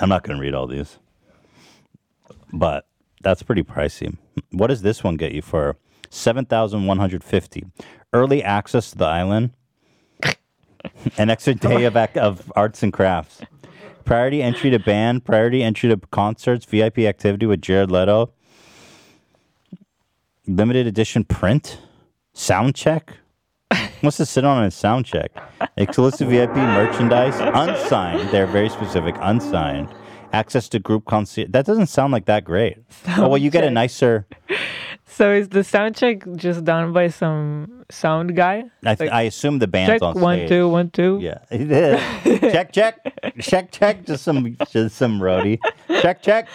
Speaker 3: I'm not going to read all these, but that's pretty pricey. What does this one get you for? Seven thousand one hundred fifty. Early access to the island, an extra day of act- of arts and crafts, priority entry to band, priority entry to concerts, VIP activity with Jared Leto, limited edition print, sound check. Wants to sit on a sound check. Exclusive VIP merchandise, unsigned. They're very specific, unsigned. Access to group concert. That doesn't sound like that great. oh well, you get a
Speaker 2: Sound check.
Speaker 3: nicer.
Speaker 2: So is the sound check just done by some sound guy?
Speaker 3: I,
Speaker 2: Like,
Speaker 3: th- I assume the band's
Speaker 2: check
Speaker 3: on stage.
Speaker 2: one two one two.
Speaker 3: Yeah, it is. check, check, check, check. Just some, just some roadie. Check, check,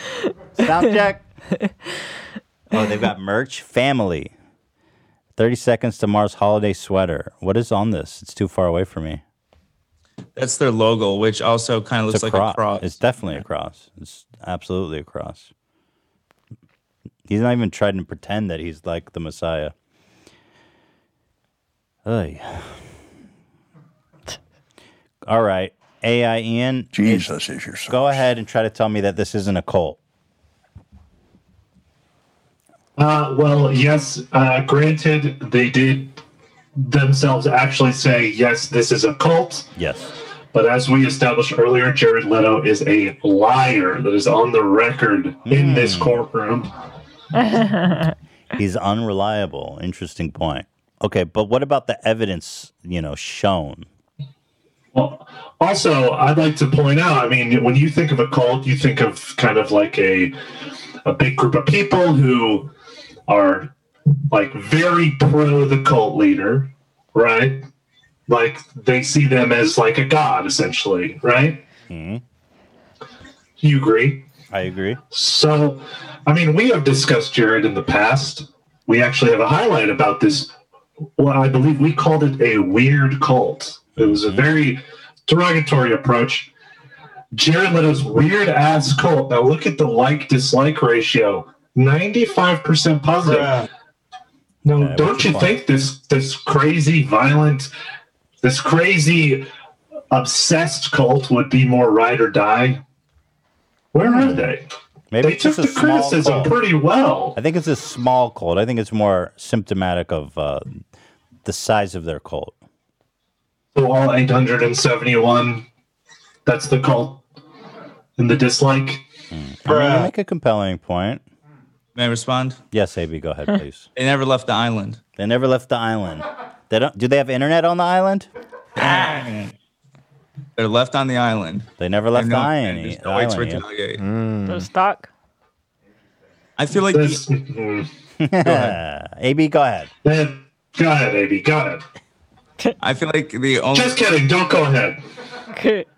Speaker 3: sound check. Oh, they've got merch. Family. Thirty seconds to Mars holiday sweater. What is on this? It's too far away for me.
Speaker 6: That's their logo, which also kind of looks
Speaker 3: It's a
Speaker 6: like
Speaker 3: cross.
Speaker 6: a cross.
Speaker 3: It's definitely a cross. It's absolutely a cross. He's not even trying to pretend that he's like the Messiah. Oy. All right. AI Ian. Jesus is your Go ahead and try to tell me that this isn't a cult.
Speaker 7: Uh, well, yes. Uh, granted, they did themselves actually say, yes, this is a cult.
Speaker 3: Yes.
Speaker 7: But as we established earlier, Jared Leto is a liar that is on the record in this
Speaker 3: Hmm.
Speaker 7: courtroom.
Speaker 3: He's unreliable. Interesting point. Okay, but what about the evidence, you know, shown?
Speaker 7: Also, I'd like to point out. I mean, when you think of a cult, you think of kind of like a a big group of people who are like very pro the cult leader, right? Like they see them as like a god, essentially, right? You agree?
Speaker 3: I agree.
Speaker 7: So, I mean, we have discussed Jared in the past. We actually have a highlight about this. Well, I believe we called it a weird cult. It was a very derogatory approach. Jared Leto's weird ass cult. Now look at the like dislike ratio. 95% positive. No, don't
Speaker 12: what's
Speaker 7: you
Speaker 12: your
Speaker 7: think this this crazy violent this crazy obsessed cult would be more ride or die? Where are they?
Speaker 3: Maybe
Speaker 7: they
Speaker 3: it's
Speaker 7: took
Speaker 3: just a
Speaker 7: the
Speaker 3: small
Speaker 7: criticism
Speaker 3: cult.
Speaker 7: pretty well.
Speaker 3: I think it's a small cult. I think it's more symptomatic of uh, the size of their cult.
Speaker 7: So all 871, that's the cult and the dislike.
Speaker 3: Hmm. I mean, you make a compelling point.
Speaker 6: May I respond?
Speaker 3: Yes, AB, go ahead, please.
Speaker 6: They never left the island.
Speaker 3: They never left the island. They don't. Do they have internet on the island?
Speaker 6: They're left on the island.
Speaker 3: They never left
Speaker 6: no-
Speaker 3: the island.
Speaker 6: there's no way to
Speaker 3: island, yeah.
Speaker 6: retaliate.
Speaker 3: Hmm.
Speaker 2: They're stuck.
Speaker 6: I feel like
Speaker 7: This-
Speaker 3: AB, go ahead.
Speaker 7: Go ahead, AB. Go
Speaker 6: ahead. I feel like the only.
Speaker 7: Just kidding. Don't go ahead.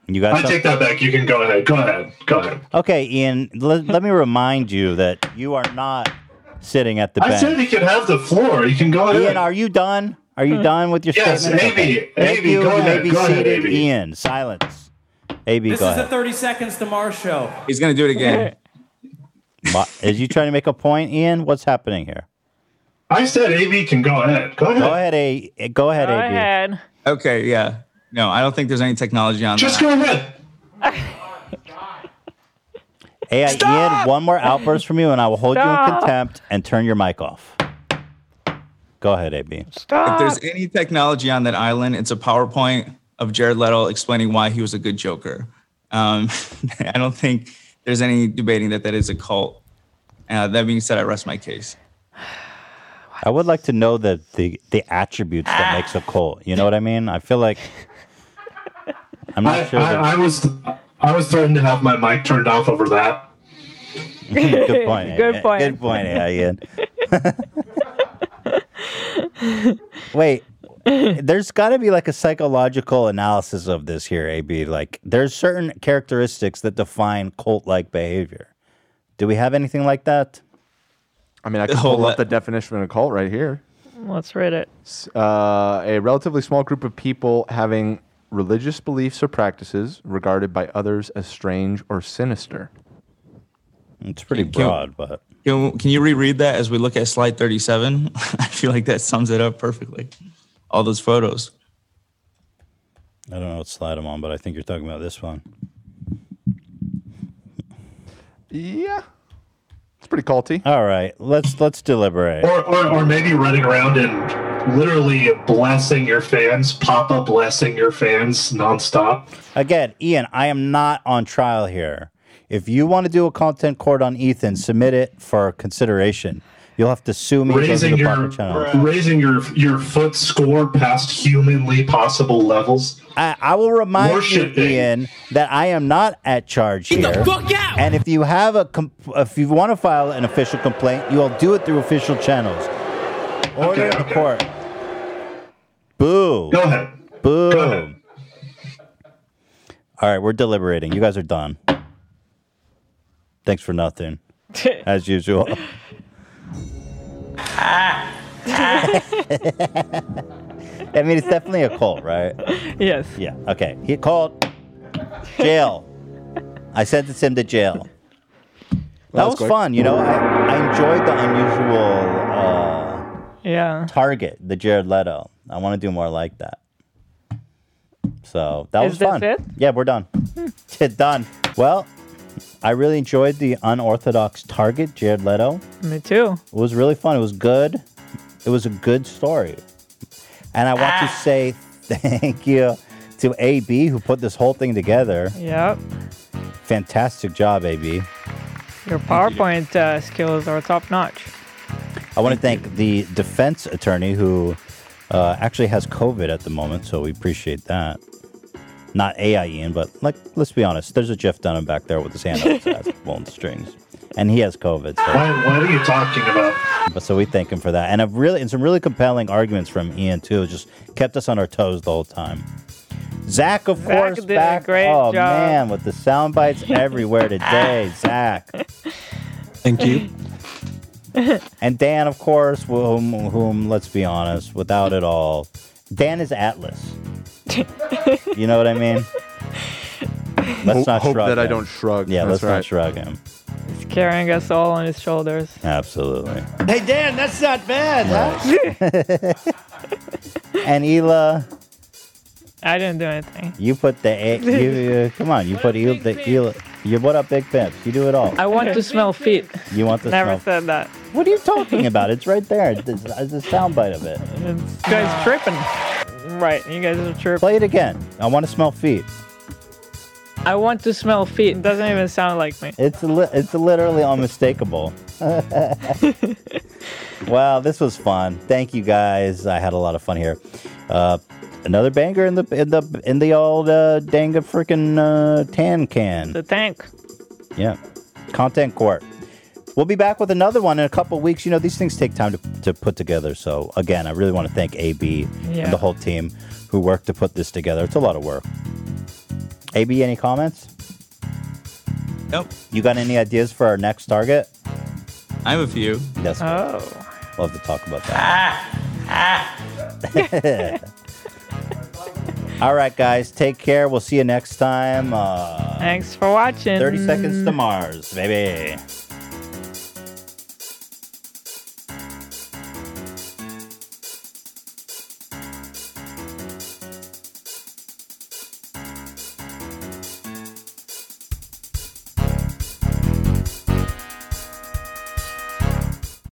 Speaker 3: You got
Speaker 7: I
Speaker 3: some-
Speaker 7: take that back. You can go ahead. Go ahead. Go ahead.
Speaker 3: Okay, Ian. Let, let me remind you that you are not sitting at the
Speaker 7: I
Speaker 3: bench.
Speaker 7: said he could have the floor. He can go ahead.
Speaker 3: Ian, are you done? Are you done with your
Speaker 7: Yes,
Speaker 3: statement?
Speaker 7: AB,
Speaker 3: Okay. Thank
Speaker 7: AB,
Speaker 3: you.
Speaker 7: go
Speaker 3: you may
Speaker 7: ahead,
Speaker 3: be
Speaker 7: go ahead,
Speaker 3: seated.
Speaker 7: AB.
Speaker 3: Ian, silence. AB,
Speaker 22: This
Speaker 3: go
Speaker 22: is the
Speaker 3: ahead.
Speaker 22: 30 Seconds to Mars show.
Speaker 6: He's gonna do it again.
Speaker 3: What- Is you trying to make a point, Ian? What's happening here?
Speaker 7: I said AB can go ahead. Go ahead.
Speaker 3: Go ahead, A. Go ahead,
Speaker 6: Go
Speaker 3: AB.
Speaker 2: ahead.
Speaker 6: Okay, yeah. No, I don't think there's any technology on
Speaker 7: Just
Speaker 6: that.
Speaker 7: go ahead.
Speaker 3: Hey, Ian, one more outburst from you, and I will hold you in
Speaker 6: Stop.
Speaker 3: contempt and turn your mic off. Go ahead, AB.
Speaker 6: If there's any technology on that island, it's a PowerPoint of Jared Leto explaining why he was a good Joker. Um, I don't think there's any debating that that is a cult. Uh, that being said, I rest my case.
Speaker 3: I would like to know the the, the attributes that makes a cult. You know what I mean? I feel like I'm not
Speaker 7: I,
Speaker 3: sure.
Speaker 7: I,
Speaker 3: that-
Speaker 7: I was I was threatened to have my mic turned off over that.
Speaker 3: good point.
Speaker 7: Good
Speaker 3: Ian.
Speaker 7: point.
Speaker 3: Good point, Ian. Wait, there's got to be like a psychological analysis of this here, AB. Like, there's certain characteristics that define cult-like behavior. Do we have anything like that?
Speaker 1: I mean, I can pull up the definition of a cult right here.
Speaker 2: Let's read it.
Speaker 1: S- Uh, a relatively small group of people having religious beliefs or practices regarded by others as strange or sinister.
Speaker 3: It's pretty
Speaker 6: broad,
Speaker 3: but
Speaker 6: Can, can you reread that as we look at slide 37? I feel like that sums it up perfectly. All those photos.
Speaker 3: I don't know what slide I'm on, but I think you're talking about this one.
Speaker 1: Yeah, it's pretty culty.
Speaker 3: All right, let's let's deliberate.
Speaker 7: Or, or or maybe running around and literally blessing your fans, pop up blessing your fans nonstop.
Speaker 3: Again, Ian, I am not on trial here. If you want to do a content court on Ethan, submit it for consideration. You'll have to sue me. It goes to
Speaker 7: raising
Speaker 3: the
Speaker 7: your
Speaker 3: proper channels.
Speaker 7: raising your your foot score past humanly possible levels.
Speaker 3: I, I will remind
Speaker 7: Worship
Speaker 3: you,
Speaker 7: it.
Speaker 3: Ian, that I am not at charge
Speaker 7: Get
Speaker 3: here.
Speaker 7: the fuck out!
Speaker 3: And if you have a, comp- if you want to file an official complaint, you will do it through official channels. Order the court. Boo. Go
Speaker 7: ahead.
Speaker 3: Boo. All right, we're deliberating. You guys are done. Thanks for nothing, as usual.
Speaker 22: Ah.
Speaker 3: I mean, it's definitely a cult, right?
Speaker 2: Yes.
Speaker 3: Yeah. Okay. He called jail. I sentenced him to jail.
Speaker 2: Well,
Speaker 3: that
Speaker 2: that's
Speaker 3: was
Speaker 2: quick.
Speaker 3: fun. You know, I, I enjoyed the unusual
Speaker 2: Yeah.
Speaker 3: uh, target, the Jared Leto. I want to do more like that. So that
Speaker 2: Is
Speaker 3: was
Speaker 2: this
Speaker 3: fun.
Speaker 2: it? Hmm.
Speaker 3: Yeah, we're done. done. Well, I really enjoyed the unorthodox target, Jared Leto.
Speaker 2: Me too.
Speaker 3: It was really fun. It was good. It was a good story. And I want to say thank you to to AB, who put this whole thing together.
Speaker 2: Yep.
Speaker 3: Fantastic job, AB.
Speaker 2: Your PowerPoint uh, skills are top notch.
Speaker 3: I want to thank the defense attorney who uh, actually has COVID at the moment, so we appreciate that. Not AI Ian, but like, let's be honest. There's a Jeff Dunham back there with his hand up his ass, pulling strings, and he has COVID. So.
Speaker 7: Why, what are you talking about?
Speaker 3: But so we thank him for that, and a really and some really compelling arguments from Ian too. Just kept us on our toes the whole time. Zach, of
Speaker 2: Zach
Speaker 3: course,
Speaker 2: did a
Speaker 3: back.
Speaker 2: great
Speaker 3: oh
Speaker 2: job.
Speaker 3: man, with the sound bites everywhere today, Zach. Thank you. And Dan, of course, whom, whom let's be honest, without it all, Dan is Atlas. You know what I mean? Let's
Speaker 1: Ho-
Speaker 3: not
Speaker 1: hope
Speaker 3: shrug
Speaker 1: that I
Speaker 3: him.
Speaker 1: don't shrug.
Speaker 3: Yeah, let's
Speaker 1: That's right.
Speaker 3: not shrug him.
Speaker 2: He's carrying us all on his shoulders.
Speaker 3: Absolutely.
Speaker 19: Hey, Dan, that's not bad,
Speaker 3: And Ela,
Speaker 2: I didn't do anything.
Speaker 3: you put the a- you, uh, come on, you put Ela, the Ela. You what up, big pimps? You do it all.
Speaker 2: I want to smell feet.
Speaker 3: You want the
Speaker 2: Never
Speaker 3: smell
Speaker 2: said that.
Speaker 3: What are you talking about? It's right there. It's, it's a soundbite of it.
Speaker 2: This guy's tripping. Right, you guys are tripping.
Speaker 3: Play it again. I want to smell feet.
Speaker 2: I want to smell feet. It doesn't even sound like me.
Speaker 3: It's li- it's literally unmistakable. wow, this was fun. Thank you guys. I had a lot of fun here. Uh, another banger in the in the in the old uh, dang good freaking uh, tan can.
Speaker 2: The tank.
Speaker 3: Yeah. Content court. We'll be back with another one in a couple weeks. You know, these things take time to, to put together. So, again, I really want to thank AB
Speaker 2: Yeah.
Speaker 3: and the whole team who worked to put this together. It's a lot of work. AB, any comments?
Speaker 6: Nope.
Speaker 3: You got any ideas for our next target?
Speaker 6: I have a few.
Speaker 3: Yes.
Speaker 2: Oh.
Speaker 3: Love to talk about
Speaker 6: Ah,
Speaker 3: that. All right, guys. Take care. We'll see you next time. Uh,
Speaker 2: Thanks for watching.
Speaker 3: 30 seconds to Mars, baby.